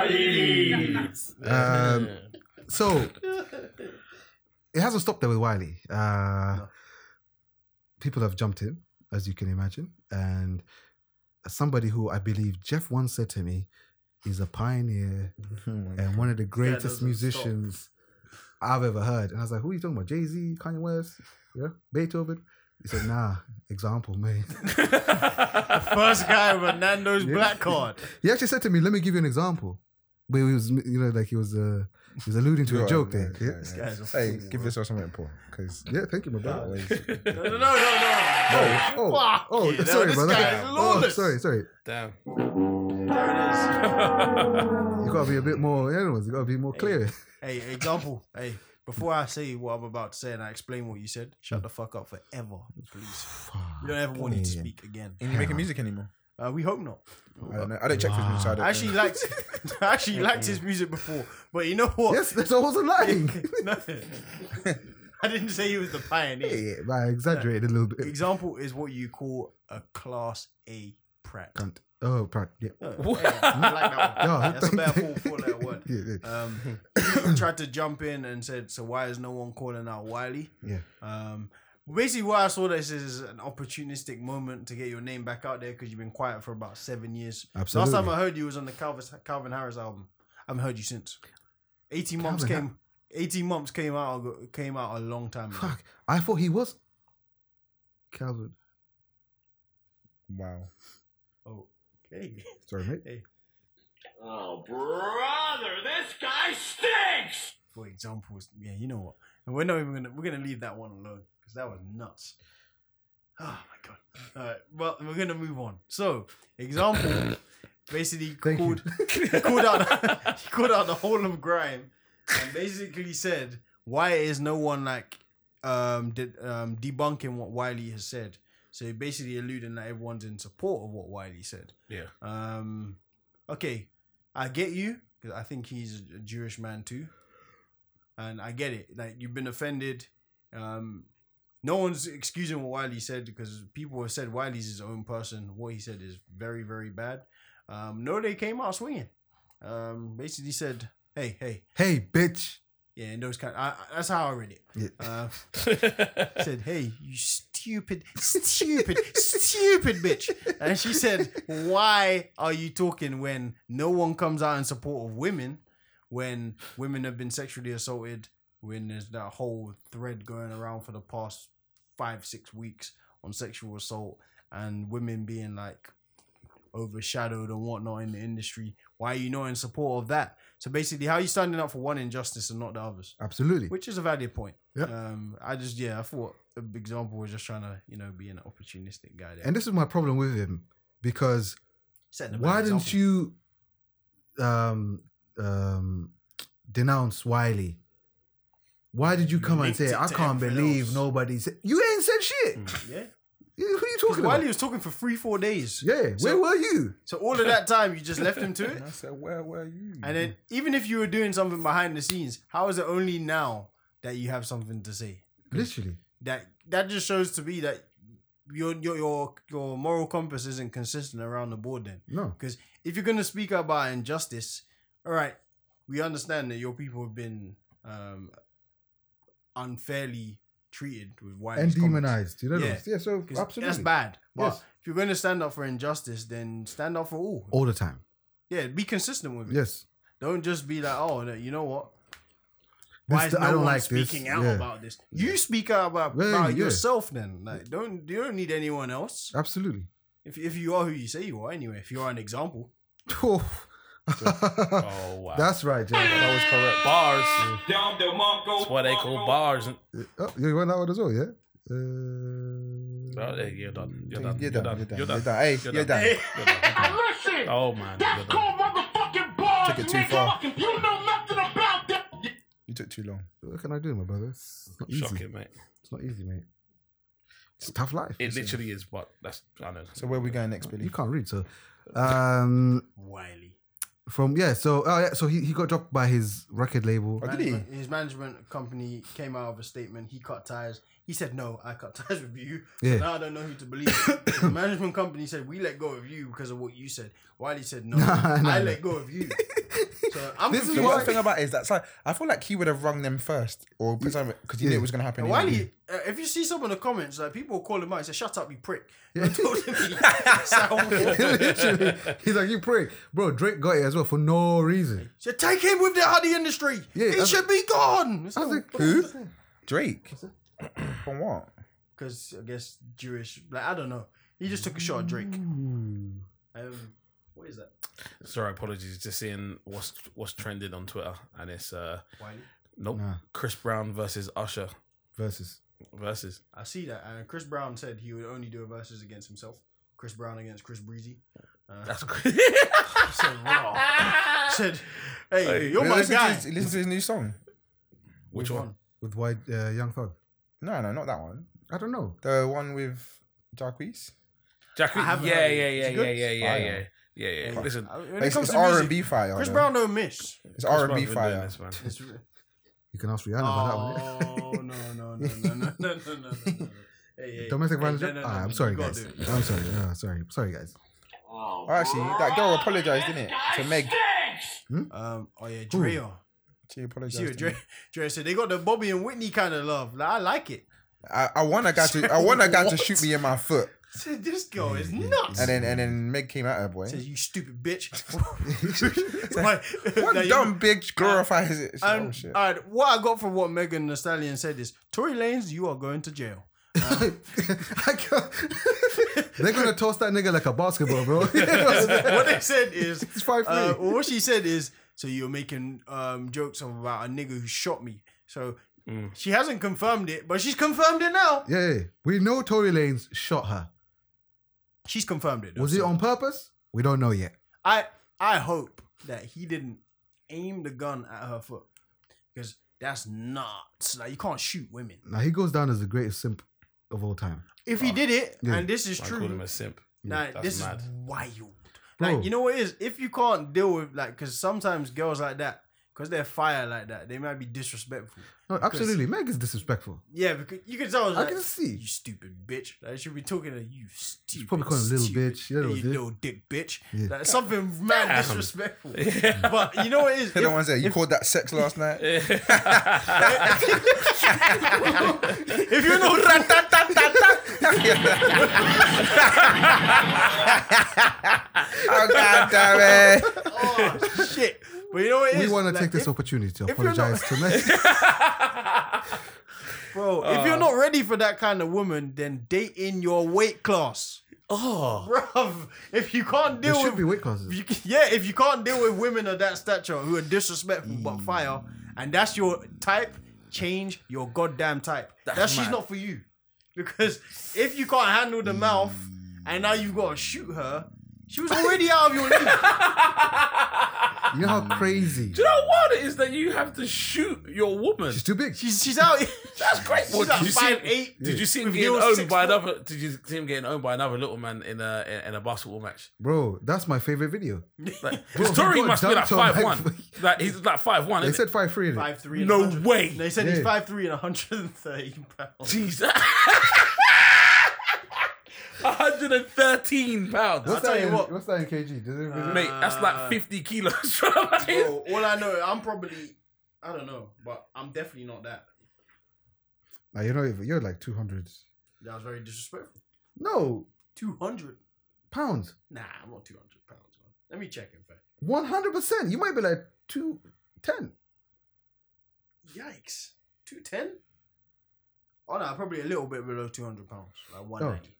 is what it is. It is what it is. Um, so it hasn't stopped there with Wiley. Uh, People have jumped in, as you can imagine, and somebody who I believe Jeff once said to me is a pioneer and one of the doesn't greatest stop. musicians I've ever heard. And I was like, "Who are you talking about? Jay Z, Kanye West, yeah, Beethoven." He said, "Nah, example, man." First guy with Nando's Yeah. black card. He actually said to me, "Let me give you an example." But he was, you know, like he was, uh, he was alluding to You a are, joke eh? man. there. Yeah. Yeah, guy's a yeah. Hey, fool, give bro. yourself something important, because yeah, thank you, my brother. No, no, no, no. no. Oh, oh, Fuck oh, you, no, sorry, this brother. guy is Oh, lawless. sorry, sorry. Damn. You gotta be a bit more, you know, you gotta be more clear. Hey, example. Hey, before I say what I'm about to say and I explain what you said, shut the fuck up forever, please. We don't ever want you to Yeah. speak again. you making music anymore? Uh, we hope not. I don't know. I don't check for his music. so I don't I actually know. liked, I actually liked his music before, but you know what? Yes, that's all I wasn't lying. Nothing. I didn't say he was the pioneer. yeah, but I exaggerated a little bit. Example is what you call a class A prat. Cunt. Oh, prank. Yeah. Yeah, I like that one. Yeah, That's a thank bad you. four letter word. Yeah, yeah. Um, he tried to jump in and said, "So why is no one calling out Wiley?" Yeah. Um, basically, what I saw this is an opportunistic moment to get your name back out there because you've been quiet for about seven years. Absolutely. Last time I heard you was on the Calvin, Calvin Harris album. I haven't heard you since. Eighteen months Calvin came. Eighteen months came out. ago- Came out a long time. Ago. Fuck. I thought he was Calvin. Wow. Oh, okay. Sorry, mate. Oh, brother, this guy stinks! For examples, yeah, you know what? And we're not even gonna we're gonna leave that one alone because that was nuts. Oh my god! All right, well, we're gonna move on. So, example, basically Thank you. called he called out he called out the whole of grime and basically said why is no one like um, de- um debunking what Wiley has said. So basically alluding that everyone's in support of what Wiley said. Yeah. Um, okay, I get you 'cause I think he's a Jewish man too, and I get it. Like you've been offended. Um, no one's excusing what Wiley said because people have said Wiley's his own person. What he said is very, very bad. Um, no, they came out swinging. Um, basically said, "Hey, hey, Hey, bitch. Yeah, and those kind. I, I- that's how I read it. Uh, said, "Hey, you stupid, stupid, stupid bitch," and she said, "Why are you talking when no one comes out in support of women, when women have been sexually assaulted, when there's that whole thread going around for the past five, six weeks on sexual assault and women being like." overshadowed and whatnot in the industry. Why are you not in support of that? So basically, how are you standing up for one injustice and not the others? Absolutely. Which is a valid point. Yeah. Um, I just yeah, I thought the example was just trying to you know be an opportunistic guy there. And this is my problem with him because Setting a bad why didn't example. you um, um, denounce Wiley? Why did you come and linked say it I to can't everything believe else." Hmm. nobody said you ain't said shit? Yeah. You- Who are you talking While about? he was talking for three, four days. yeah, where So- were you? So all of that time, you just left him to it. And I said, where were you? And then even if you were doing something behind the scenes, how is it only now that you have something to say? Literally. that that just shows to me that your your your your moral compass isn't consistent around the board then. No. Because if you're gonna speak about injustice, all right, we understand that your people have been um unfairly treated with white And demonized. You know Yeah. yeah. yeah, so absolutely. That's bad. But Yes. if you're gonna stand up for injustice, then stand up for all. All the time. Yeah, be consistent with it. Yes. Don't just be like, oh, no, you know what? This- Why is no I don't one like this. speaking out Yeah. about this? You speak out about, Well, about yeah. yourself then. Like, don't you don't need anyone else. Absolutely. If, if you are who you say you are, anyway. If you are an example, Oh. Oh wow. That's right, Jack. that was correct. Bars. That's why they call bars. And, Oh, you want that one as well, yeah? Uh, oh, yeah, you're done. You're You're done. done, you're done, You're done. Hey, You're you're done. done. You're done. Oh man. You're done. motherfucking bars, Took it too far. You know nothing about that. You took too long. what can I do, my brother? It's not easy. Shocking, mate. It's not easy, mate. It's a tough life. It literally is, but that's I know. So where we going next, Billy? you can't read, so um Wiley. from yeah, so oh yeah, so he, he got dropped by his record label. Oh, did he? Management- His management company came out of a statement. He cut ties. He said, "No, I cut ties with you. Yeah. Now I don't know who to believe." the management company said, "We let go of you because of what you said." Wiley said, "No, Nah, nah, I nah. let go of you." so I'm This is The confused. worst thing about it is that like, I feel like he would have rung them first, or because he knew it was gonna happen. And anyway. Wiley, uh, if you see some of the comments, like people call him out and say, "Shut up, you prick." Don't talk to me. Sound off. Literally. He's like, you prick. Bro, Drake got it as well for no reason. So take him with the honey industry. Yeah, he as- should be gone. I was like, Who? Drake. From what? Because I guess Jewish. Like I don't know. He just took a shot at Drake. Oh. Um, what is that? Sorry, apologies. Just seeing what's what's trending on Twitter, and it's uh Wiley. nope. Nah. Chris Brown versus Usher Versus. versus. I see that. And Chris Brown said he would only do a versus against himself. Chris Brown against Chris Breezy. That's crazy. Said, "Raw." said, hey, you're my listen, guy. To his, listen to his new song. Which one? With White uh, Young Thug. No, no, not that one. I don't know. The one with Jarquees. Jack. I haven't Yeah, heard it. yeah, Is yeah, it good? yeah, yeah, yeah, Fire. yeah, yeah, yeah. Listen, Uh, When it It's, comes it's to music, R and B fire. Chris though. Brown don't miss. It's R and B Brown's been doing fire. this, man. It's- You can ask Rihanna about that one. Oh no no no no no no no no no! no. Hey, hey, Domestic hey, violence. Oh, no, no, no, ah, I'm no, sorry, you gotta guys. do it. I'm sorry. Uh, sorry. Sorry, guys. Oh, actually, that girl apologized, didn't it? To Meg, Um, oh yeah, Drea. she You apologized. see what to me. Drea, Drea said? They got the Bobby and Whitney kind of love. Like, I like it. I, I want a guy to. I want a guy to shoot me in my foot, So this girl is nuts. and then and then Meg came at her boy. says you stupid bitch. Like, What now you- dumb bitch glorifies it? She's like, And, oh, shit. all right, what I got from what Megan Thee Stallion said is, Tory Lanez, you are going to jail. Uh-huh. I can't- They're gonna toss that nigga like a basketball, bro. it's what they said is, five three. uh, well, what she said is, so you're making um, jokes about a nigga who shot me. So Mm. she hasn't confirmed it, but she's confirmed it now. yeah, yeah, yeah. we know Tory Lanez shot her. She's confirmed it. though, Was it so- on purpose? We don't know yet. I I hope that he didn't aim the gun at her foot because that's nuts. Like you can't shoot women. Now he goes down as the greatest simp of all time. If he did it, Yeah. and this is I call him true, a simp. nah, That's this mad. is wild. Bro. Like you know what it is? If you can't deal with like, because sometimes girls like that, because they're fire like that, they might be disrespectful. No, absolutely. Meg is disrespectful. Yeah, because you can tell. I, was I like, can see. you, stupid bitch. Like should be talking to you, stupid. probably calling her little stupid- bitch. She don't know what Yeah, you it is. little dick bitch. Like, something mad disrespectful. But you know what it is. They're the ones that you called that sex last night. If you're not Oh god damn it! oh, shit. But you know what it We is? want to Like, take this if, opportunity to if you're not- apologize to Meg. bro. if you're not ready for that kind of woman, then date in your weight class, Oh, bruv. If you can't There deal should with be weight classes. If you can- yeah, if you can't deal with women of that stature who are disrespectful but Hmm. fire, and that's your type, change your goddamn type. That's that she's mad. not for you. Because if you can't handle the mouth Hmm. and now you've got to shoot her, she was already out of your league. You know Mm. how crazy. do you know what it is that you have to shoot your woman? She's too big. She's, she's out. That's great. She's like five, eight. Did you see him With getting heels owned six by foot. another? Did you see him getting owned by another little man in a in, in a basketball match? Bro, that's my favorite video. Like, Bro, his story he got must be like dunked on five one. by- Like he's like five one. They said five three. Five three. and No 100 way. They said he's Yeah. five three and 130 pounds. Jesus. 113 pounds. What's I'll that tell you in, what. What's that in kg? Does it really Mate, that's Uh, like 50 kilos. Bro, all I know, I'm probably, I don't know, but I'm definitely not that. Nah, you know, if you're like two hundred. That was very disrespectful. No 200. pounds. Nah, I'm not 200 pounds, man. Let me check in fact. One hundred percent. You might be like two ten. Yikes. 210? Oh, no, probably a little bit below 200 pounds. Like 190.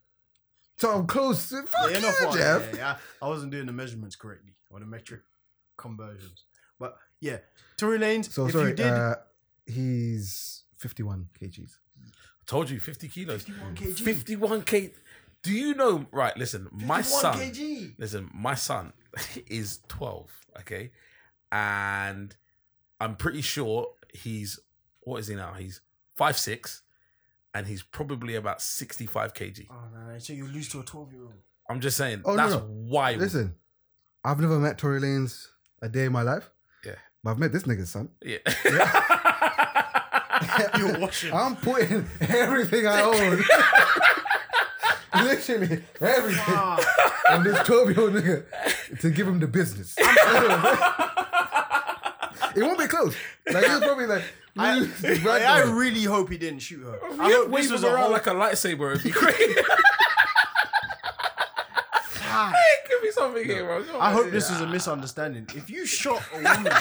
So I'm close. Oh. Fuck Yeah, you, not far. Yeah, Jeff. yeah, yeah. I wasn't doing the measurements correctly or the metric conversions. But yeah, Tory Lanes, So if sorry. you did uh, he's fifty-one kgs. told you, 50 kilos. 51 kg. 51 k. Do you know? Right, listen, my 51 son. kg. Listen, my son is 12, okay? And I'm pretty sure he's, what is he now? He's five six, and he's probably about 65 kg. Oh, no, no, so you lose to a 12 year old. I'm just saying, Oh, no, that's no. wild. Listen, I've never met Tory Lanez a day in my life. Yeah. But I've met this nigga's son. Yeah. You're watching. I'm putting everything I own. Literally everything Ah, on this 12 year old nigga to give him the business. it won't be close. Like, it's probably like, I, lose the I- I brand one. really hope he didn't shoot her. I You hope wave this was him a around whole like a lightsaber. It'd be great. God. it could be something here, bro. Come I on. hope this is a misunderstanding. If you shot a woman,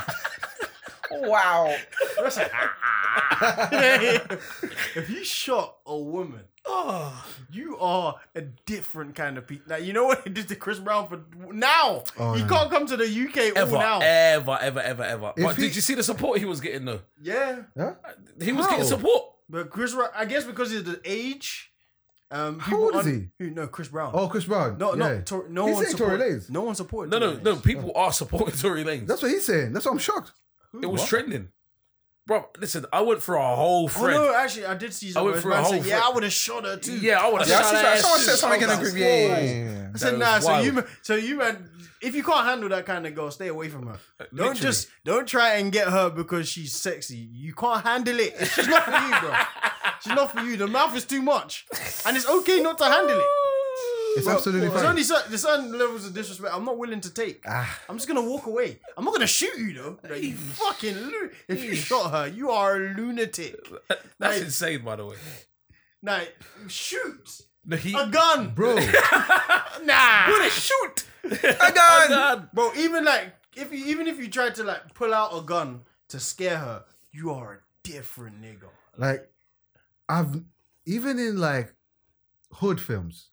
Wow. if you shot a woman, Oh, you are a different kind of people. Now you know what it did to Chris Brown for now. Oh, he no. can't come to the UK all ever, Eh. now. ever, ever, ever, ever. But he- did you see the support he was getting though? yeah, Huh? He was How? getting support. but Chris, Ro- I guess because of the age. Um, How people old is un- he? Who no Chris Brown? Oh, Chris Brown. no, no, Yeah. Tor- no He's one saying Tory supported. Lanez. No one supported. No, no, Tory no. Lanez. People are supporting Tory Lanez. That's what he's saying. That's what I'm shocked. it was trending, bro. Listen, I went for a whole Oh thread. no, actually, I did see. I went Where his for a man whole said, yeah, thread. I would have shot her too. Yeah, I would have Yeah, I shot see that. that. Someone shit. said something in the group. Yeah, yeah, yeah, yeah. I said, was nah. So wild. you, ma- so you man, if you can't handle that kind of girl, stay away from her. Don't Literally. just, don't try and get her because she's sexy. You can't handle it. She's not for you, bro. She's not for you. The mouth is too much, and it's okay not to handle it. It's absolutely There's fine. only certain, there's certain levels of disrespect I'm not willing to take. Ah. I'm just gonna walk away. I'm not gonna shoot you though. Like, you fucking lu- if you shot her, you are a lunatic. That's Like- insane, by the way. Now shoot No, he a gun, Bro, Nah, shoot. I got. God, Bro, even like if you even if you tried to like pull out a gun to scare her, you are a different nigga. like, I've, even in like hood films,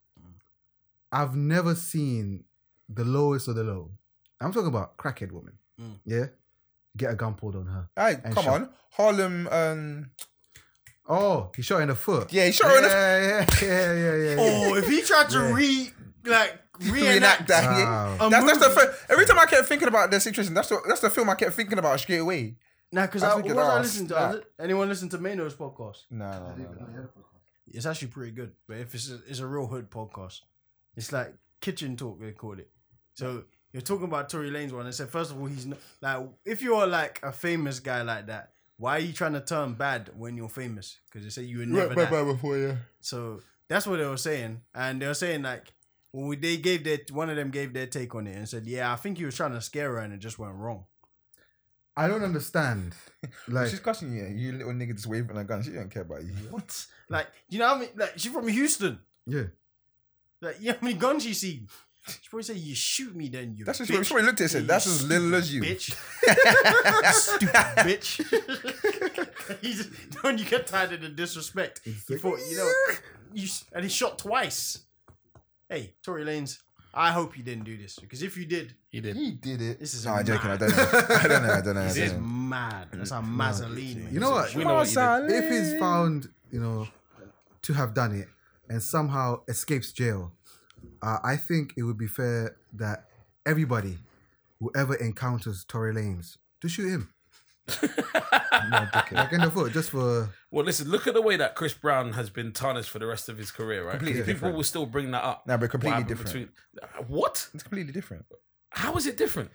I've never seen the lowest of the low. I'm talking about crackhead woman. Mm. Yeah? Get a gun pulled on her. Alright, And come shot. on. Harlem. Um, Oh, he shot her in the foot. yeah, he shot her in the. yeah, yeah, yeah, yeah, yeah. Oh, if he tried to re like Reenact reenact that. Wow. yeah. A That's, that's the movie. first. Every time I kept thinking about the situation, that's the that's the film I kept thinking about straight away. Nah, because I I, think what it I asked listened to that. I li- anyone listen to Mano's podcast? No, no, no, no. It's actually pretty good, but if it's a, it's a real hood podcast, it's like kitchen talk they call it. So You're talking about Tory Lane's one. I said, first of all, he's not like if you're like a famous guy like that, why are you trying to turn bad when you're famous? Because they say you were never that. before, yeah. So that's what they were saying, and they were saying like when we, they gave their one of them gave their take on it and said, yeah, I think he was trying to scare her and it just went wrong. I don't understand. Like, She's cussing you. You little nigga just waving a gun. She don't care about you. What? Like you know what I mean? Like she's from Houston. yeah, Like you know how many guns she seen? She probably said, "You shoot me, then you." That's what she, bitch. she probably looked at it and said, That's as little as you. bitch. Stupid bitch. He's when you get tired of the disrespect. You thought, you know, you s- and he shot twice. Hey, Tory Lanes, I hope you didn't do this because if you did, He did. He did it. This is no, I'm joking. I mad. don't know. I don't know. I don't know. I this is don't know. mad. That's how Mazzolini. you know what? We know what you did. If he's found, you know, to have done it and somehow escapes jail, uh, I think it would be fair that everybody, whoever encounters Tory Lanes, to shoot him. like in the foot, just for Well, listen, look at the way that Chris Brown has been tarnished for the rest of his career, right? 'Cause Completely People different. will still bring that up. No, but completely What happened different. between- what? It's completely different. How is it different?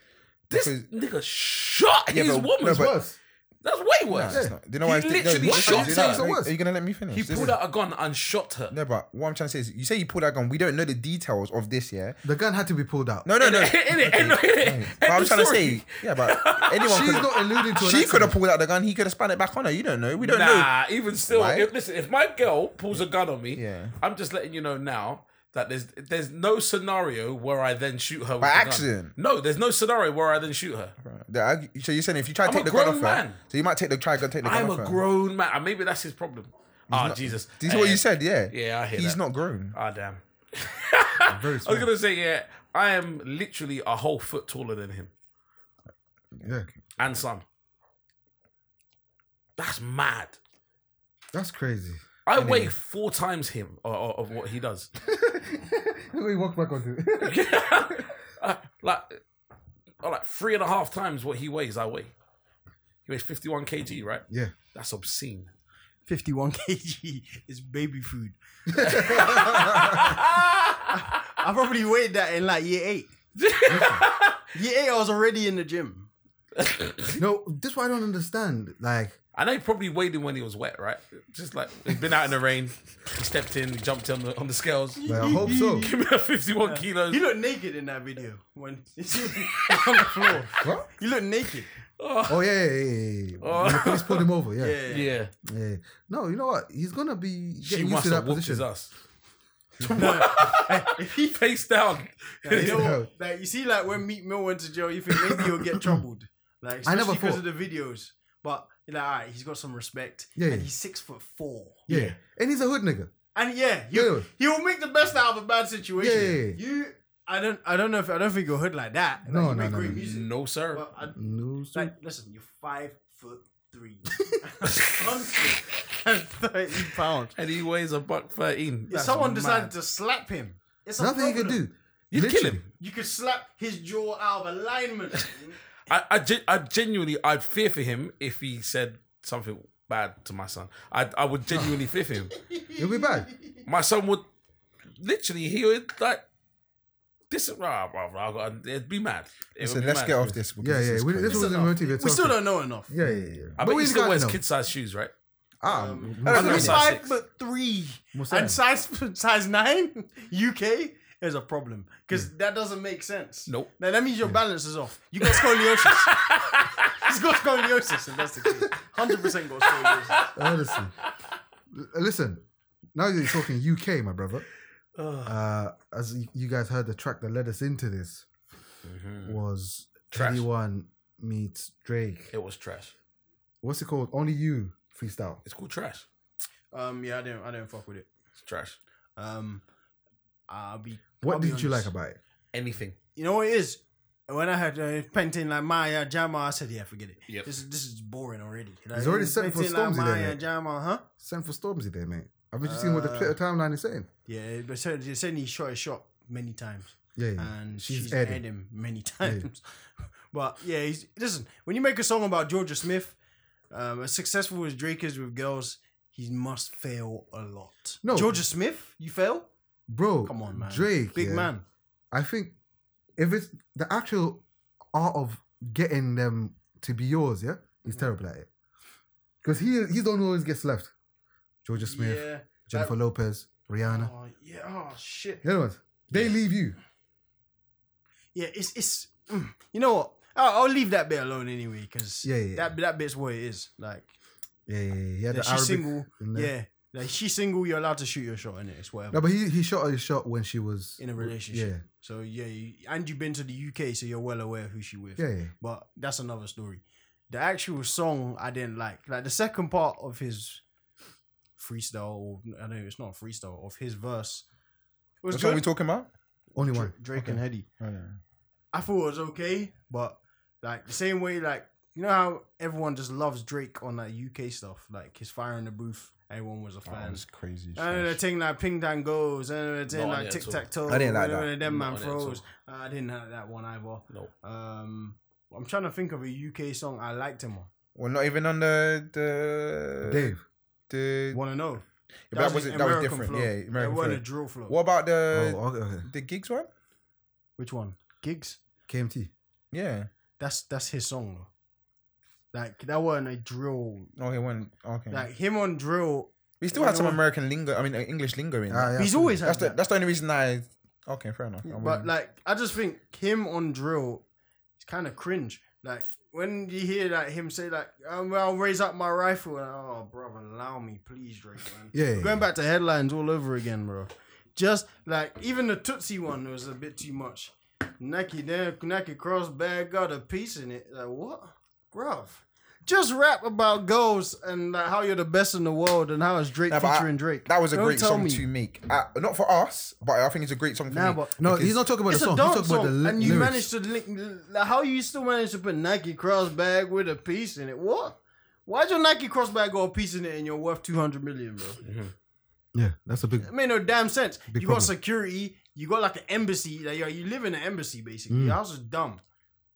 This Because- nigga shot Yeah, his but- woman. no, but- us. That's way No, worse. it's not. Do you know why? He it's- no, literally what I'm shot trying to say her. is- Are you gonna let me finish? He This pulled is- out a gun and shot her. No, but what I'm trying to say is, you say you pulled that gun. We don't know the details of this, yeah. The gun had to be pulled out. No, no, no. Innit? Innit? Okay. Innit? Innit? But I'm End trying to of story. say, yeah, but anyone she's could. not alluding to. an She could have accident. pulled out the gun. He could have spun it back on her. You don't know. We don't know. nah, even still, Why? if, listen. If my girl pulls a gun on me, Yeah. I'm just letting you know now that there's there's no scenario where I then shoot her By with the gun. accident? No, there's no scenario where I then shoot her. Right. The argu- So you're saying if you try to I'm a take the gun off grown her, man. so you might take the try and take the gun I'm off a her. grown man. And maybe that's his problem. Ah, Jesus. This is Eh, what you said, yeah. Yeah, I hear He's that. not grown. Ah, damn. I was gonna say, yeah, I am literally a whole foot taller than him Yeah, and some. That's mad. that's crazy. I weigh four times him or, or, of what he does. we walked back onto it. Uh, like, uh, like three and a half times what he weighs. I weigh. He weighs fifty-one kg, right? yeah, That's obscene. 51 kg is baby food. I probably weighed that in like year eight. year eight, I was already in the gym. no, this what I don't understand. Like, I know he probably weighed him when he was wet, right? Just like he's been out in the rain, he stepped in, he jumped on the on the scales. like, I hope so. Give me a fifty-one kilos. He looked naked in that video when he's on the floor. What? He looked naked. Oh yeah, yeah, yeah, yeah. Oh. When the police pulled him over. Yeah. yeah, Yeah. Yeah, No, you know what? He's gonna be she getting used must to have that whooped his position. ass. If he, Face down. you know, like you see, like when Meat Mill went to jail, you think maybe he'll get troubled. Like I especially never because thought. of the videos. But you're like, all right, he's got some respect. Yeah, and yeah. he's six foot four. Yeah. and he's a hood nigga. And yeah, he, Yeah. he will make the best out of a bad situation. Yeah. You, I don't, I don't know if I don't think you're hood like that. Like, No, you no, make no, great no. music, No, sir. but I, No, sir. like, listen, you're five foot three, and thirty pounds. and he weighs a buck thirteen. If someone decided to slap him, it's a nothing he could problem. do. you'd kill Literally. him. You could slap his jaw out of alignment. I, I, gen- I genuinely, I'd fear for him if he said something bad to my son. I, I would genuinely fear for him. It'll be bad. My son would literally, he would like, Ah, this is, rah, rah, rah, rah, it'd be mad. It Listen, would be let's mad. get off this. because Yeah, yeah. is We, crazy. this wasn't enough. motivated. we still don't know enough. Yeah, yeah, yeah. I bet he we still gotta wears know. kid-sized shoes, right? Ah, Um, I And don't know. he's Size five six. foot three What's and that? size size nine UK is a problem because that doesn't make sense. Nope. Now that means your balance is off. You got scoliosis. He's got scoliosis, and that's the key. Hundred percent got scoliosis. honestly. L- Uh, Listen, now you're talking UK, my brother. Uh, as y- you guys heard, the track that led us into this Mm-hmm. was Mm. Trash. Twenty One meets Drake. It was trash. What's it called? Only You freestyle. It's called trash. Um, yeah, I didn't, I didn't fuck with it. It's trash. Um, I'll be. I'll What be did you like honest. about it? Anything. You know what it is? When I heard uh, painting like Maya Jama, I said, "Yeah, forget it. Yep. This this is boring already." Like, He's already set for painting Stormzy there, Like Maya mate. Jama, huh? Send for Stormzy there, mate. Haven't you seen what the Uh, Twitter timeline is saying? Yeah, but certainly, certainly he shot his shot many times. Yeah, yeah. and she's, she's, Eddie. had him many times. but yeah, he's, listen, when you make a song about Georgia Smith, um, as successful as Drake is with girls, he must fail a lot. No. Georgia Smith, you fail? Bro, Come on, man. Drake, big yeah, man. I think if it's the actual art of getting them to be yours, yeah, Mm. he's terrible at it. Because he he's the one who always gets left. Georgia Smith, Yeah. Jennifer that- Lopez, Rihanna. Oh, yeah. Oh shit. The other ones, they leave you. Yeah. It's it's. mm. You know what? I'll, I'll leave that bit alone anyway because Yeah, yeah, that that bit's what it is. Like Yeah, yeah, yeah. He had yeah, the she's Arabic single. in there. Yeah. Like she's single. You're allowed to shoot your shot in it. It's whatever. No, but he he shot her shot when she was in a relationship. So yeah, you, and you've been to the UK, so you're well aware of who she with. Yeah, yeah, yeah. But that's another story. The actual song I didn't like. Like the second part of his freestyle, or, I know it's not a freestyle of his verse. Was That's what good. we talking about. Only Dra- one. Drake and Heady. Oh, yeah. I thought it was okay, but like the same way, like you know how everyone just loves Drake on that UK stuff, like his fire in the booth. Everyone was a Oh, fan. it's crazy. And the trash. thing like ping dang goes, and the thing Not on it like at tic all. tac toe, I didn't like that. them Not man on it at all. froze. I didn't like that one either. No. Um, I'm trying to think of a UK song I liked him on. Well, not even on the the Dave. the. Want to know? but that was an that was American different. flow. Yeah, it American wasn't flow. a drill flow. What about the oh, okay, okay. the gigs one? Which one? Gigs. KMT. Yeah. That's that's his song. though. Like that wasn't a drill. No, he won. Okay. Like him on drill. we still had you some know- American lingo. I mean, uh, English lingo in. Ah, there. yeah. He's always had That's the that. that's the only reason I. Okay, fair enough. I But wouldn't- like, I just think him on drill, it's kind of cringe. Like when you hear that him say like, um, well, "I'll raise up my rifle," and, oh brother, allow me, please, Drake man. Yeah, yeah, We're yeah. going back to headlines all over again, bro. Just like even the Tootsie one was a bit too much. Nike damn Nike crossbag got a piece in it. Like what, bruv? Just rap about goals and like how you're the best in the world and how it's Drake Nah, but I- featuring Drake. that was a Don't great tell song me. to make. Uh, not for us, but I think it's a great song for Nah, me. but- No, because- he's not talking about it's the song. a He's talking dance song, about the li- and you lyrics. managed to link. Like, how you still managed to put Nike cross bag with a piece in it? What? Why'd your Nike cross bag got a piece in it and you're worth two hundred million, bro? Yeah, that's a big. It made no damn sense. Big you problem. got security. You got like an embassy. Like you you live in an embassy basically. Mm. Your house is dumb.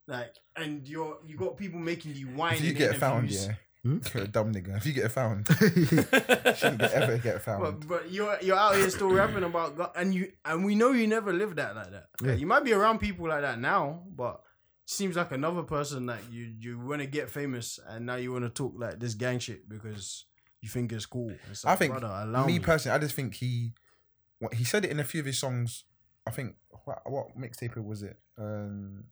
Like and you're you got people making you wine. if you in get found, interviews. yeah, Hmm? you're a dumb nigga. If you get found, shouldn't yeah, get- ever get found. But, but you're you're out here still rapping about God, and you and we know you never lived that like that. Like, Yeah. you might be around people like that now, but seems like another person that you you want to get famous and now you want to talk like this gang shit because you think it's cool. It's like, I think brother, allow me, me, personally, I just think he, what he said it in a few of his songs. I think what, what mixtape was it? Um,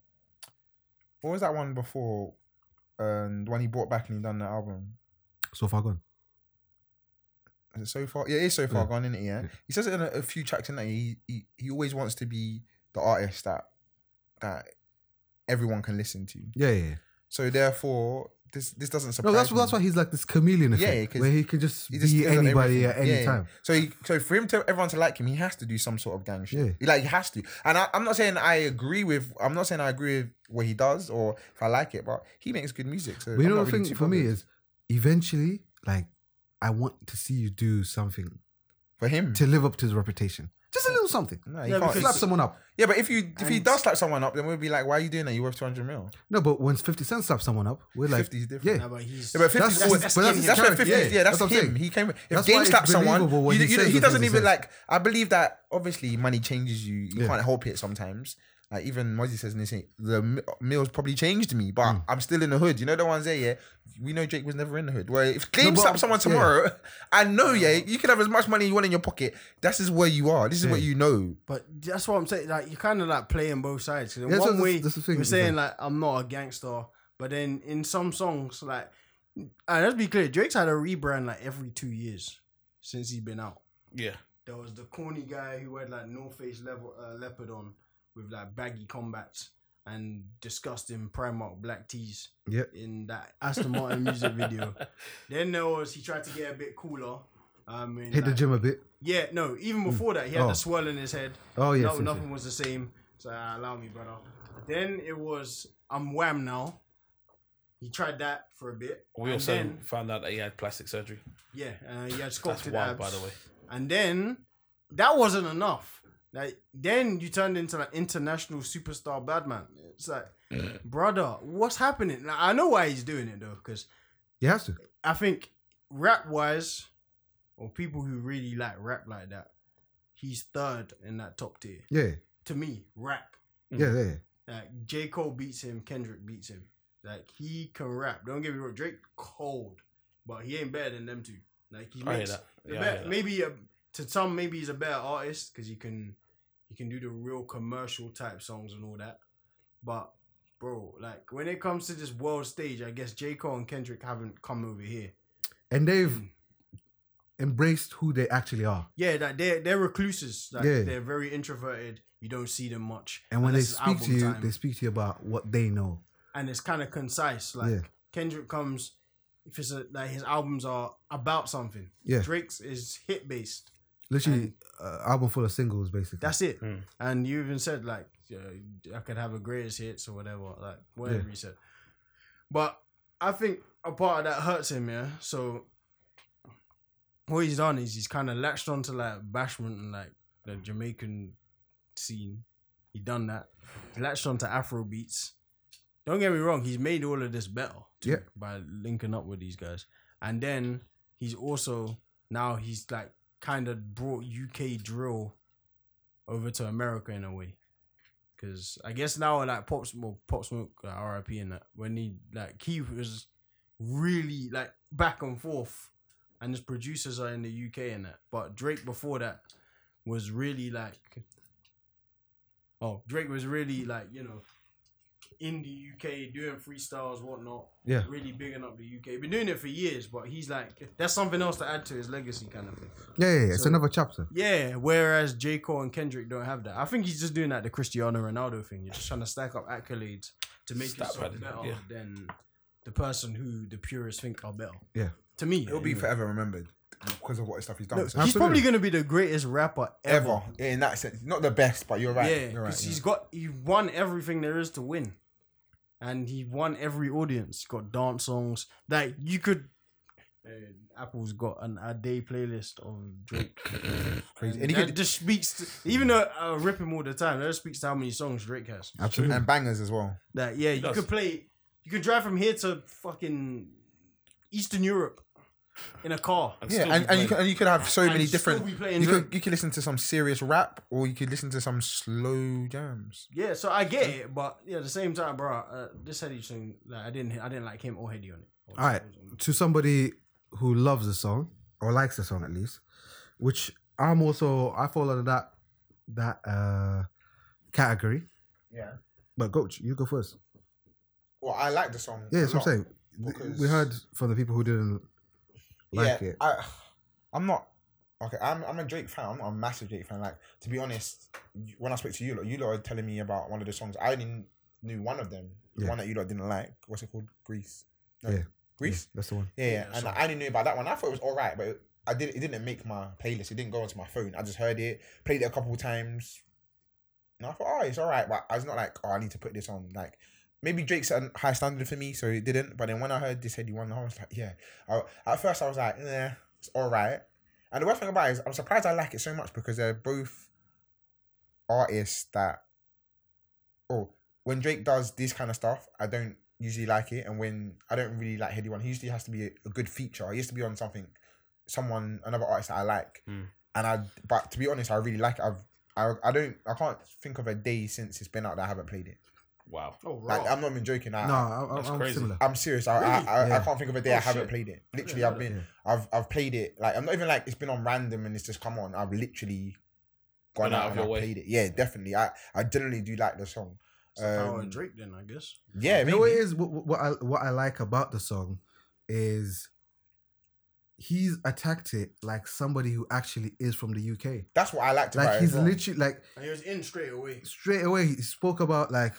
what was that one before? Um, the one he brought back and he done the album. so far gone. Is it so far? Yeah, it is so far Yeah. gone, isn't it? Yeah. Yeah. He says it in a, a few tracks in that he, he he always wants to be the artist that that everyone can listen to. Yeah, yeah. yeah. So therefore, this this doesn't surprise. No, that's that's me. why he's like this chameleon Yeah, effect, 'cause where he could just He just be is on anybody everything. at any Yeah, yeah. time. So he, so for him to everyone to like him, he has to do some sort of gang shit. Yeah. He, like he has to. And I, I'm not saying I agree with. I'm not saying I agree with what he does or if I like it, but he makes good music. So But you know I'm not the really thing too for me bothered. is, eventually, like, I want to see you do something for him. to live up to his reputation. Just a little something. no, he Yeah, can't. because- Slap someone up. yeah, but if you if he And- does slap someone up, then we'll be like, why are you doing that? You worth two hundred mil. No, but when Fifty Cent slaps someone up, we're like, 50 is different. yeah, Nah, but he's Yeah, but 50 That's- that's, that's- that's, but that's him. his That's where character, 50 yeah. yeah, that's, That's what I'm him. saying. He came. If That's why Game it's slapped someone, believable you, when you, he says he the doesn't things he even says. like. I believe that obviously money changes you. You Yeah. can't help it sometimes. Like even Mozzie says in this, thing, the m- meals probably changed me, Hmm. but I'm still in the hood. You know the ones there, yeah. We know Jake was never in the hood. Where if Game but- slaps someone yeah. tomorrow, I know, yeah, you can have as much money you want in your pocket. This is where you are. This is what you know. But that's what I'm saying. Like you're kind of like playing both sides. 'Cause in Yeah, so one that's- way, that's the thing, you're it's saying like I'm not a gangster, but then in some songs, like and let's be clear, Drake's had a rebrand like every two years since he's been out. There was the corny guy who had like no face level uh, leopard on with like baggy combats and disgusting Primark black tees Yep. in that Aston Martin music video. Then there was he tried to get a bit cooler. Um, in, hit the like- gym a bit. Yeah, no. Even before that, he had Oh. the swirl in his head Oh yes, no, yes, yes. nothing was the same. So ah, allow me, brother. Then it was I'm wham now. He tried that for a bit. We and also then, found out that he had plastic surgery. yeah, uh, he had That's sculpted wild, abs. by the way. And then that wasn't enough. Like then you turned into an international superstar badman. It's like, brother, what's happening? Like, I know why he's doing it though, because He has to. I think rap wise, or people who really like rap like that, he's third in that top tier Yeah, to me, rap. Yeah, yeah, yeah. Like J Cole beats him, Kendrick beats him. Like he can rap. Don't get me wrong, Drake cold, but he ain't better than them two. Like he I hear makes that. the Yeah, I bet- hear that. maybe uh to some maybe he's a better artist because he can he can do the real commercial type songs and all that. But bro, like when it comes to this world stage, I guess J Cole and Kendrick haven't come over here. And they've Mm. embraced who they actually are. Yeah, like they're they're recluses. Like Yeah. they're very introverted. You don't see them much. And when unless they it's speak to album you, time. they speak to you about what they know. and it's kind of concise. Like Yeah. Kendrick comes, if it's a, like his albums are about something. Yeah. Drake's is hit based. Literally, uh, album full of singles, basically. Hmm. That's it. Mm. And you even said like you know, I could have a greatest hits or whatever, like whatever Yeah. you said. But I think a part of that hurts him, yeah. So what he's done is he's kind of latched onto like bashment and like the Jamaican scene. He done that. He latched onto Afro beats. Don't get me wrong, he's made all of this better too, Yeah. by linking up with these guys. And then he's also now he's like kind of brought UK drill over to America in a way. Cause I guess now like Pop Smoke, Pop Smoke, like, R.I.P. and that when he like he was really like back and forth, and his producers are in the UK and that. But Drake before that was really like, oh Drake was really like you know in the UK doing freestyles whatnot. Yeah. really bigging up the UK. Been doing it for years, but he's like that's something else to add to his legacy kind of thing. yeah, yeah, yeah. It's So- another chapter. Yeah, whereas J. Cole and Kendrick don't have that. I think he's just doing like the Cristiano Ronaldo thing. You're just trying to stack up accolades to make Stop yourself adding better it, yeah. than the person who the purists think are better. Yeah. To me, He'll be forever remembered because of what stuff he's done. No, So- he's probably going to be the greatest rapper ever. ever yeah, in that sense. Not the best, but you're right. yeah, because you're right. he's yeah. got he won everything there is to win, and he won every audience. He's got dance songs that you could. Uh, Apple's got an a day playlist of Drake. Crazy. And And he that could- just speaks, to, even though I rip him all the time, that just speaks to how many songs Drake has. Absolutely. and bangers as well. That yeah, you does. could play. You could drive from here to fucking Eastern Europe in a car. I'd still Yeah, be and, and you playing. can, and you could have so And many still different. be You playing could Drake. you could listen to some serious rap, or you could listen to some slow jams. Yeah, so I get it, but yeah, at the same time, bro, uh, this Heady thing, like, I didn't, I didn't like him or Heady on it. All right. To somebody who loves the song or likes the song at least, which I'm also I fall under that that uh category. Yeah. But coach, you go first. Well, I like the song. Yeah, a that's what I'm lot. saying. because- we heard from the people who didn't like it. I, I'm not okay. I'm, I'm a Drake fan. I'm not a massive Drake fan. Like to be honest, you- when I spoke to you, lot, you lot are telling me about one of the songs. I only knew one of them. The Yeah. one that you lot didn't like. What's it called? Greece. Yeah. Greece. Yeah, that's the one. Yeah, yeah. and I only knew about that one. I thought it was all right, but it, I did. It didn't make my playlist. It didn't go onto my phone. I just heard it, played it a couple times, and I thought, oh, it's all right. But I was not like, oh, I need to put this on. Like maybe Drake's at a high standard for me, so it didn't. But then when I heard this Eddie one, I was like, yeah. I, at first, I was like, yeah, it's all right. And the worst thing about it is, I'm surprised I like it so much because they're both artists that, oh, when Drake does this kind of stuff, I don't usually like it, and when I don't really like Heady One, he usually has to be a, a good feature. He has to be on something, someone, another artist that I like, Mm. and I. But to be honest, I really like it. I've. I, I don't I can't think of a day since it's been out that I haven't played it. Wow. Oh, right. Like I'm not even joking. I, No, I, That's I, I'm crazy. similar. I'm serious. I, I, I, I Yeah. can't think of a day Oh, I haven't shit. played it. Literally, Yeah, I've been, I've, I've played it. Like, I'm not even like it's been on random and it's just come on. I've literally gone Gone out out, of and your I've way. played it. Yeah, definitely. I, I generally do like the song. It's the power of um, Drake, then I guess. Yeah, You maybe. know what it is? What, what I what I like about the song is he's attacked it like somebody who actually is from the UK. That's what I liked about Like it. he's as well. literally like And he was in straight away. straight away he spoke about like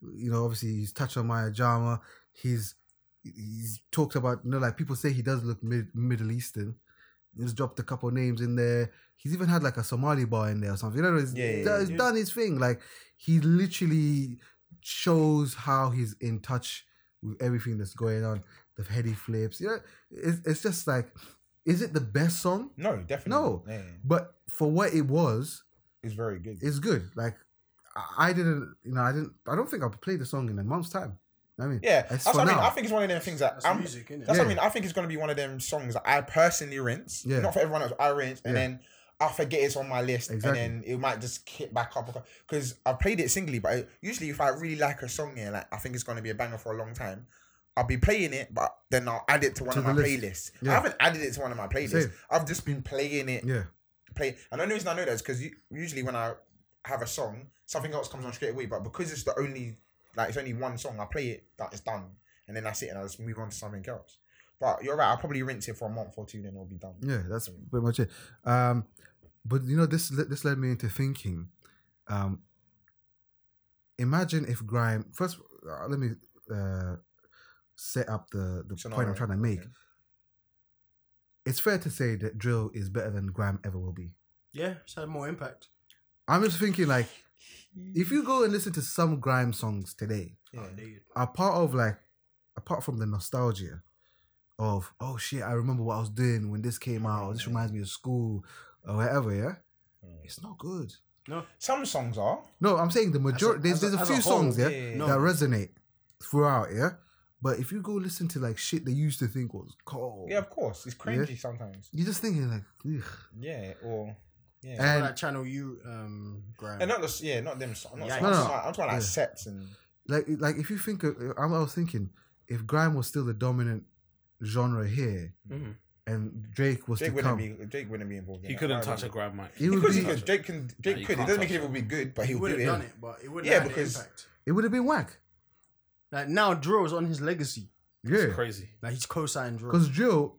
you know obviously he's touched on Maya Jama. He's he's talked about you know like people say he does look mid, Middle Eastern. He's dropped a couple names in there. He's even had like a Somali bar in there or something. You know, he's, Yeah, yeah, done- yeah, he's yeah. done his thing. Like he literally shows how he's in touch with everything that's going on. The heady flips. You know, it's, it's just like, is it the best song? No, definitely. No. Yeah, But for what it was, it's very good. it's good. Like I I didn't, you know, I didn't. I don't think I'll play the song in a month's time. I mean, yeah, it's that's what I for mean. now. I think it's one of them things that That's I'm. music, isn't it? That's what Yeah. I mean. I think it's gonna be one of them songs that I personally rinse. Yeah. Not for everyone else. I rinse, and Yeah. then I forget it's on my list, Exactly. and then it might just kick back up because I've played it singly. But I, usually, if I really like a song and like I think it's gonna be a banger for a long time, I'll be playing it, but then I'll add it to one To of the my list. playlists. Yeah. I haven't added it to one of my playlists. Same. I've just been playing it, Yeah. play. And the only reason I know that is because usually when I have a song, something else comes on straight away. But because it's the only like it's only one song, I play it that is done, and then that's it, and I just move on to something else. But you're right. I'll probably rinse it for a month or two, then it'll be done. Yeah, that's pretty much it. Um, but you know, this le- this led me into thinking. Um, imagine if Grime first. Uh, let me uh, set up the the point Scenario, I'm trying to make. okay. It's fair to say that drill is better than Grime ever will be. Yeah, it's had more impact. I'm just thinking like, if you go and listen to some Grime songs today, Yeah. are part of like apart from the nostalgia of oh shit, I remember what I was doing when this came out, or this reminds me of school or whatever, yeah. It's not good. Some songs are. No, I'm saying the majority there's, as a- there's a as a few whole, songs, yeah, yeah, yeah, yeah. that resonate throughout, yeah. But if you go listen to like shit they used to think was cold, Yeah, of course. It's cringy sometimes. you're just thinking like, ugh. Yeah, or yeah, And and that channel you um grind. and not just yeah, not them. so- I'm not. Yeah, I'm, no, talking no. about- I'm talking about like Yeah. sets and like like if you think of, uh, I was thinking if grime was still the dominant genre here, Mhm. and Drake was Drake to wouldn't come, be Drake wouldn't be involved. in He that. couldn't Why touch a would grab mic. it he? would Because he be- could. Drake can. Drake you could. It can't doesn't make touch it it would be good, but he he would would have done do it, but it wouldn't Yeah, have had the because- impact. it would have been whack. Like now, Drill is on his legacy. Yeah, Crazy. Like he's co-signed Drill. Because drill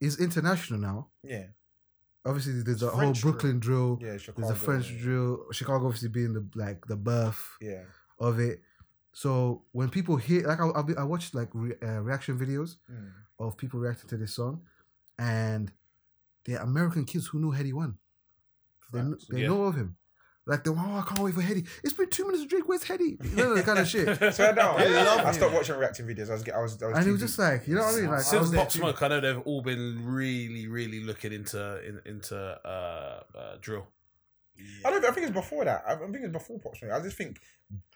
is international now. Yeah, Obviously, there's a whole French drill. Brooklyn drill. yeah. there's a French yeah. drill. Chicago, obviously, being the like the birth Yeah, of it. So when people hear, like, I, I'll be, I watched like re, uh, reaction videos Mm. of people reacting to this song, and they're American kids who knew Heady One. They, kn- Facts. they Yeah. know of him. Like the oh, I can't wait for Heady. It's been two minutes to drink. Where's Heady? You know that kind of shit. So I, don't, I love I him. stopped watching reacting videos. I was, I was, I was And it was too just deep. like, you know what I mean? Like, I was Since there Pop too. Smoke, I know they've all been really, really looking into in, into uh, uh, drill. I don't. I think it's before that. I think it's before pop smoke. I just think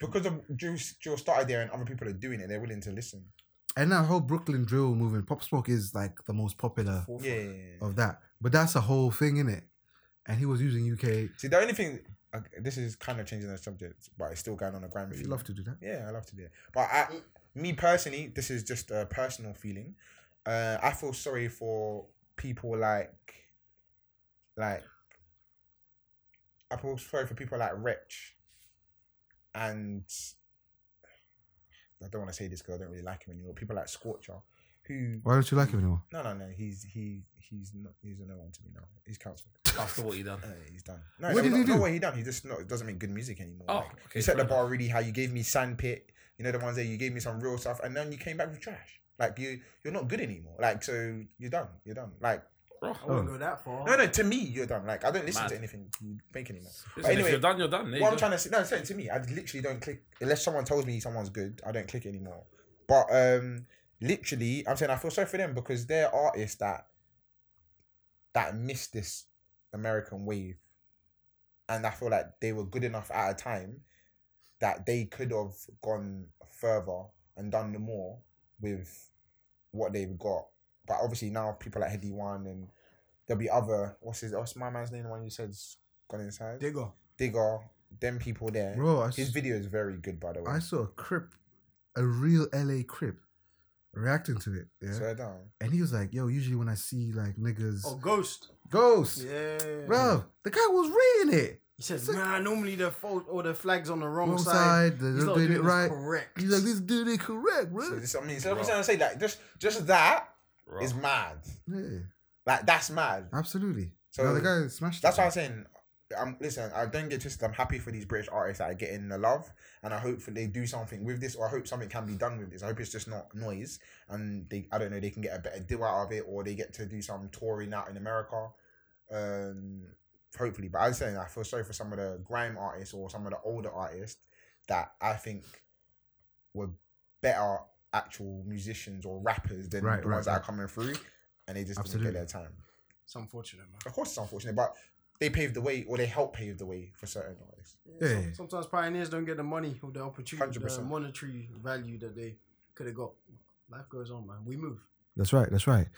because of Drill, Drill started there and other people are doing it, they're willing to listen. and that whole Brooklyn drill movement, Pop Smoke is like the most popular Yeah. yeah, yeah. of that. But that's a whole thing, in it. And he was using UK. See, the only thing uh, this is kind of changing the subject, but it's still going on a grand. If you love to do that, Yeah, I love to do it. But I, me personally, this is just a personal feeling. Uh, I feel sorry for people like, like, I feel sorry for people like Wretch, and I don't want to say this because I don't really like him anymore. People like Scorcher, who why don't you like him anymore? no, no, no, he's he he's not he's a no one to me now. He's cancelled. After what you done, Uh, he's done. No, What no, did no, he no do? way he done. He just not, doesn't make good music anymore. Oh, Like, okay, you set the fair bar really high. You gave me Sandpit. You know the ones that you gave me some real stuff, and then you came back with trash. Like you, you're not good anymore. Like so, you're done. You're done. Like I Oh. wouldn't go that far. no, no. To me, you're done. Like I don't listen Mad. to anything you make anymore. But Listen, if anyway, you're done, you're done. There you what I'm go. trying to say, no, saying to me, I literally don't click unless someone tells me someone's good. I don't click anymore. But um, literally, I'm saying I feel sorry for them because they're artists that that missed this American wave, and I feel like they were good enough at a time that they could have gone further and done more with what they've got. But obviously now people like Heady One and there'll be other what's his what's my man's name the one you said's gone inside Digger. Digger, them people there. Bro, I, His s- video is very good, by the way. I saw a crip, a real LA crip, reacting to it. Yeah, Swear down. and he was like, "Yo, usually when I see like niggas, Oh, Ghost. ghost, Yeah. bro, the guy was reading it. He says, It's like- man, normally the fault or the flag's on the wrong, Wrong side. side, they're He's not doing it this right. Correct. He's like, this dude ain't correct, So bro." this, I mean, so I'm trying to say like just just that Raw. is mad. Yeah, Like that's mad. absolutely. So- So the guy smashed. That's it. why I'm saying. I'm listen. I don't get twisted. I'm happy for these British artists that are getting the love, and I hope that they do something with this, or I hope something can be done with this. I hope it's just not noise, and they. I don't know. They can get a better deal out of it, or they get to do some touring out in America. Um, hopefully, but I'm saying I feel sorry for some of the grime artists or some of the older artists that I think were better actual musicians or rappers than Right, the right, ones that right. are coming through, and they just Absolutely. didn't get their time It's unfortunate, man. of course it's unfortunate, but they paved the way or they helped pave the way for certain artists. Yeah. Some- Sometimes pioneers don't get the money or the opportunity, the 100%. monetary value that they could have got. Life goes on, man. We move. That's right. That's right.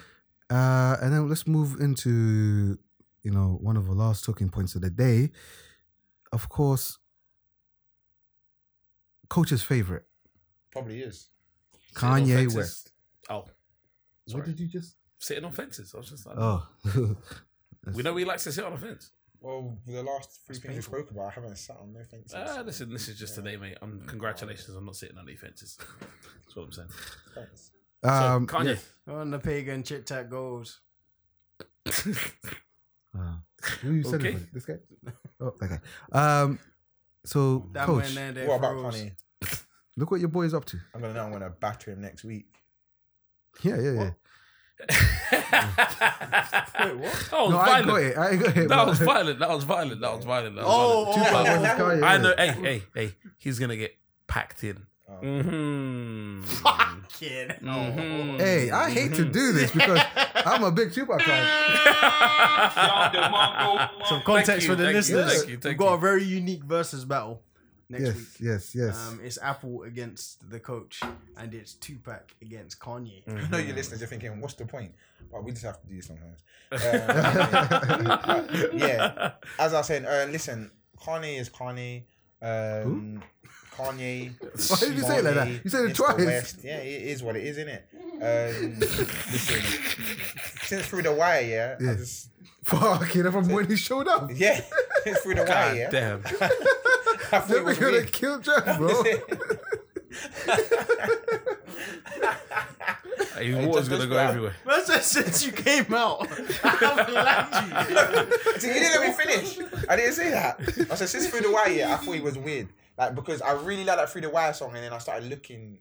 Uh, and then let's move into you know, one of the last talking points of the day, of course, coach's favorite, Probably is. Sitting on Kanye fences. West. Oh, What did you just? sitting on fences. I was just like, Oh, Uh, we know he likes to sit on a fence. Well, for the last three things we spoke about, I haven't sat on no fences. Ah, listen, this is just today, mate. I'm congratulations. I'm not sitting on any fences. That's what I'm saying. So, um, Kanye, yes. On the pagan chit chat goes. Uh, who you said it Okay. was? This guy. Oh, okay. Um, so That coach, went there, there What about froze. Kanye? look what your boy is up to. I'm gonna know. I'm gonna batter him next week. Yeah, yeah, yeah. Wait, what? Oh, No, I violent. got it. I got it. That but- was violent. That was violent. That was violent. That was Oh, violent. oh, Tupac oh, versus oh, Kanye, I yeah. know. Hey, hey, hey. He's gonna get packed in. Um, Mm. Mhm. kid. Mhm. Hey, I hate to do this because I'm a big Tupac fan. Some context you, for the thank you, listeners. thank you, thank We've got you. a very unique versus battle next Yes, week. yes, yes. Um, it's Apple against the coach, and it's Tupac against Kanye. Mm. I know you listeners are thinking, what's the point? But we just have to do this sometimes. Um, Ah, yeah. As I was saying, uh, listen, Kanye is Kanye. Um, Kanye. Why did you say it like that? You said it Mr. twice. West. Yeah, it is what it is, isn't it? Um, listen, since through the wire, yeah. I Yeah. just, Fuck, you know, from when he showed up. yeah, since through the wire, yeah. God damn. I thought Then it we're was gonna weird. kill Jeff, bro. Hey, His water's gonna go everywhere. That's just since you came out. I haven't liked you. See, you didn't let me finish. I didn't say that. I said since through the wire, yeah, I thought it was weird. Like because I really like that through the wire song, and then I started looking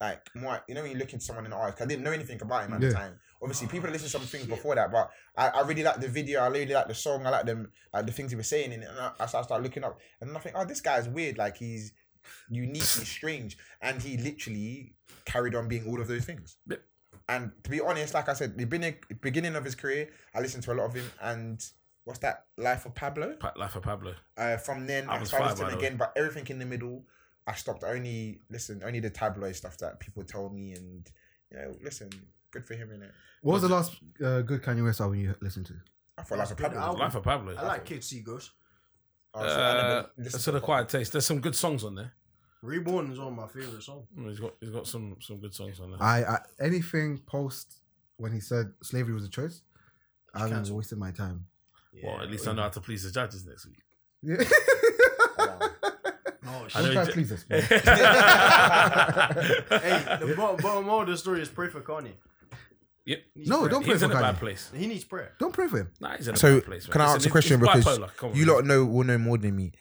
like more. You know, when you look into someone in the eyes, 'cause I didn't know anything about him at Yeah. the time. Obviously, people listened to some things before that, but I, I really like the video. I really like the song. I like them, like the things he was saying in it. And I, I started looking up, and then I think, oh, this guy's weird. Like he's unique, he's strange, and he literally carried on being all of those things. And to be honest, like I said, the beginning, beginning of his career, I listened to a lot of him. And what's that? Life of Pablo. Pa- Life of Pablo. Uh, from then, I I was started fire, by listening the way. again, but everything in the middle, I stopped. I only listen only the tabloid stuff that people tell me, and you know, listen, good for him in it. What was the last uh, good Kanye West album you listened to? I thought Life of That's good Pablo. album. was- Life of Pablo. I like Kid Seagulls. Oh, so I never Uh, listened sort of to- quiet taste. There's some good songs on there. Reborn is one of my favorite songs. Mm, He's got he's got some some good songs on there. I, I anything post when he said slavery was a choice, I haven't cancelled. wasted my time. well, at least I know how to please the judges next week. Yeah. Oh, shit. I Don't know try you- to please us, man. Hey, the bottom, bottom of the story is pray for Kanye. Yep. No, don't pray He's for in a Kanye. bad place. He needs prayer. Don't pray for him. Nah, he's in a So, bad place. man. can I Listen, ask a it's- question it's because bipolar. Come on, you man. lot know will know more than me.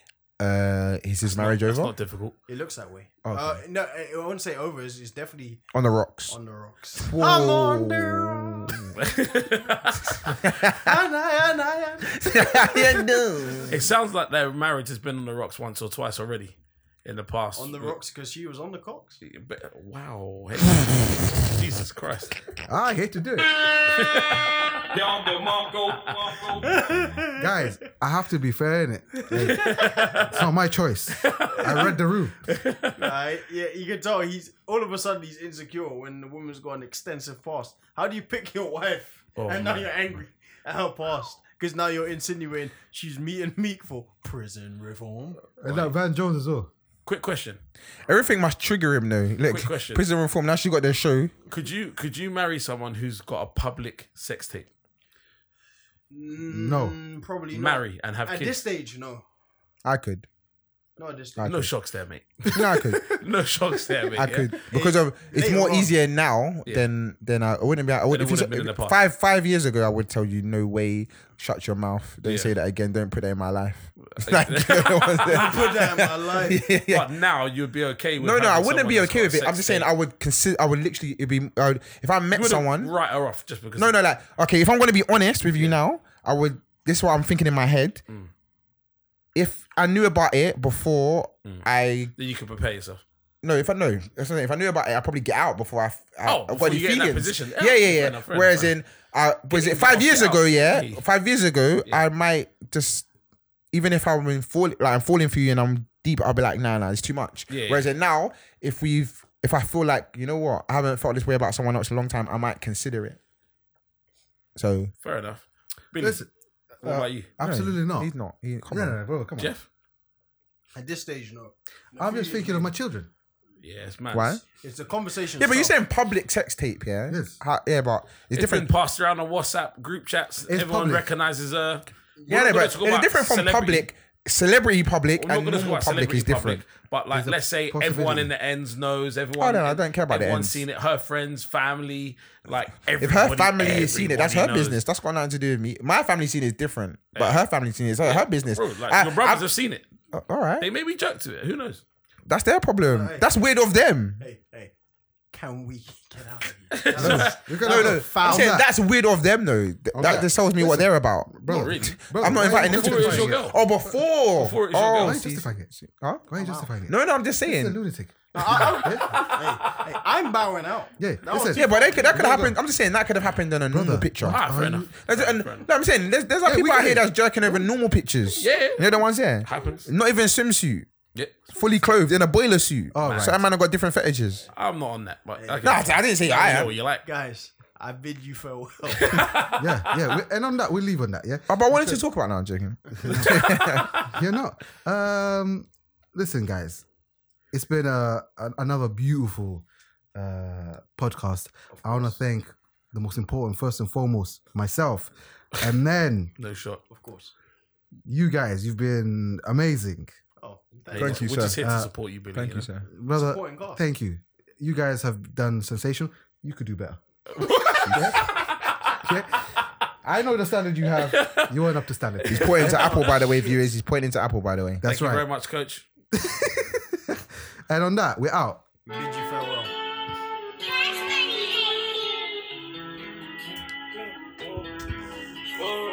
Uh, is his marriage That's over not difficult. It looks that way. Okay. Uh, no, I I wouldn't say over. It's, it's definitely on the rocks? on the rocks. Whoa. I'm on the rocks. And I, and I, and I. yeah, no. It sounds like their marriage has been on the rocks once or twice already in the past. On the rocks because she was on the cocks. But- Wow. hey. Jesus Christ. Ah, I hate to do it. Guys, I have to be fair in it. it's not my choice. I read the room. Right? Yeah, you can tell he's all of a sudden he's insecure when the woman's got an extensive past. How do you pick your wife Oh, and now man. you're angry at her past? Because now you're insinuating she's meat and meat for prison reform. And that Van Jones as well. Quick question. Everything must trigger him though. Look, Quick question. prison reform. Now she got their show. Could you could you marry someone who's got a public sex tape? No. Mm, probably not. Marry and have At kids. this stage, no. I could. Not at this stage. I No could. shocks there, mate. No, I could. No shocks there, mate. I yeah? could because of it's Later more on. easier now than than I, I wouldn't be. I would, Than it if you would said- have been in the past. five five years ago, I would tell you no way. Shut your mouth. Don't Yeah. say that again. Don't put that in my life. Like, you know what I'm Put that in my life. saying? Yeah. But now you'd be okay with No, no, I having wouldn't be someone okay that's with it. got a I'm just saying sex I would consider. I would literally it'd be I would, if I tape. met You wouldn't someone. Write her off just because. No, no, like okay. If I'm going to be honest with you now, I would. This is what I'm thinking in my head. Mm. If I knew about it before, Mm. I Then you can prepare yourself. No, if I know, that's what I'm saying. if I knew about it, I'd probably get out before I. f- I Oh, I've before got any you get in that feelings. position. Yeah, Yeah, yeah, yeah. fair enough, fair Whereas enough. in, uh, was Get it in, five get years out. ago? Yeah, Yeah. five years ago, I might just even if I'm in fall, like I'm falling for you and I'm deep, I'll be like, nah, nah, it's too much. Yeah, Whereas in now, if we've, if I feel like you know what, I haven't felt this way about someone else in a long time, I might consider it. So Fair enough. Billy, Listen, What about you, Absolutely not. He's not. He, come no, no, uh, on. no, bro, come on. Jeff? At this stage, no. I'm just thinking of my children. Yeah, it's mad. Why? It's a conversation. Yeah, but you're starter. saying public sex tape, yeah? Yes. How, yeah, but it's, It's different. been passed around on WhatsApp group chats. Everyone public. recognizes her. We're yeah, no, not gonna but talk it's about different from celebrity- public, celebrity public, We're not going and to talk normal about public celebrity is different. public, but like, There's a let's say everyone possibility. in the ends knows everyone. Oh, no, I don't care about the Everyone's ends. seen it. Her friends, family, like If everybody. her family has seen it, that's her everybody knows. business. That's got nothing to do with me. My family seen it is different, but her family seen it is her, her business. Bro, like I- your brothers I- have seen it. all right, They maybe joke to it. Who knows? that's their problem. Hey. That's weird of them. Hey, hey, can we get out of here? You're No, gonna no, I'm foul saying that. that's weird of them though. Th- On that that. just tells me what they're about. bro. Not really. bro, I'm not why inviting are you them to Before it was the your justifying girl. it? Oh, Before it before. was your oh, girl. Why are you see- justifying it? Huh? Why are you justifying it? No, no, I'm just He's a saying. lunatic. hey, hey, I'm bowing out. Yeah, That was listen. Yeah, but that could, that could have happened. I'm just saying that could have happened on a normal Brother. picture. Ah, fair Are enough. you- That's- and- Fair enough. no, I'm saying there's, there's like Yeah, we people out get here it. that's jerking over normal pictures. Yeah. you know the ones there. Happens. Not even swimsuit, Yeah. fully clothed in a boiler suit. All right. So that man have got different fetishes. I'm not on that, but okay. No, I didn't say I am. What you like? guys. I bid you farewell. yeah, yeah. we- And on that, we'll leave on that. Yeah, Oh, but I wanted to talk about now. I'm joking. you're not. Um, listen, guys, it's been a, a- another beautiful uh, podcast. I want to thank the most important, first and foremost, myself, and then No shot. of course. you guys. You've been amazing, Oh, Hey, Thank you, We're sir. just here to Uh, support you, Billy. Thank know? you, sir. brother. Supporting God. Thank you. You guys have done sensational. You could do better. yeah? Yeah? I know the standard you have. You weren't up to standard. He's pointing to Apple, by the way, viewers. He's pointing to Apple, by the way. That's Thank you right. very much, Coach. And on that, we're out. Bid you farewell. Forever.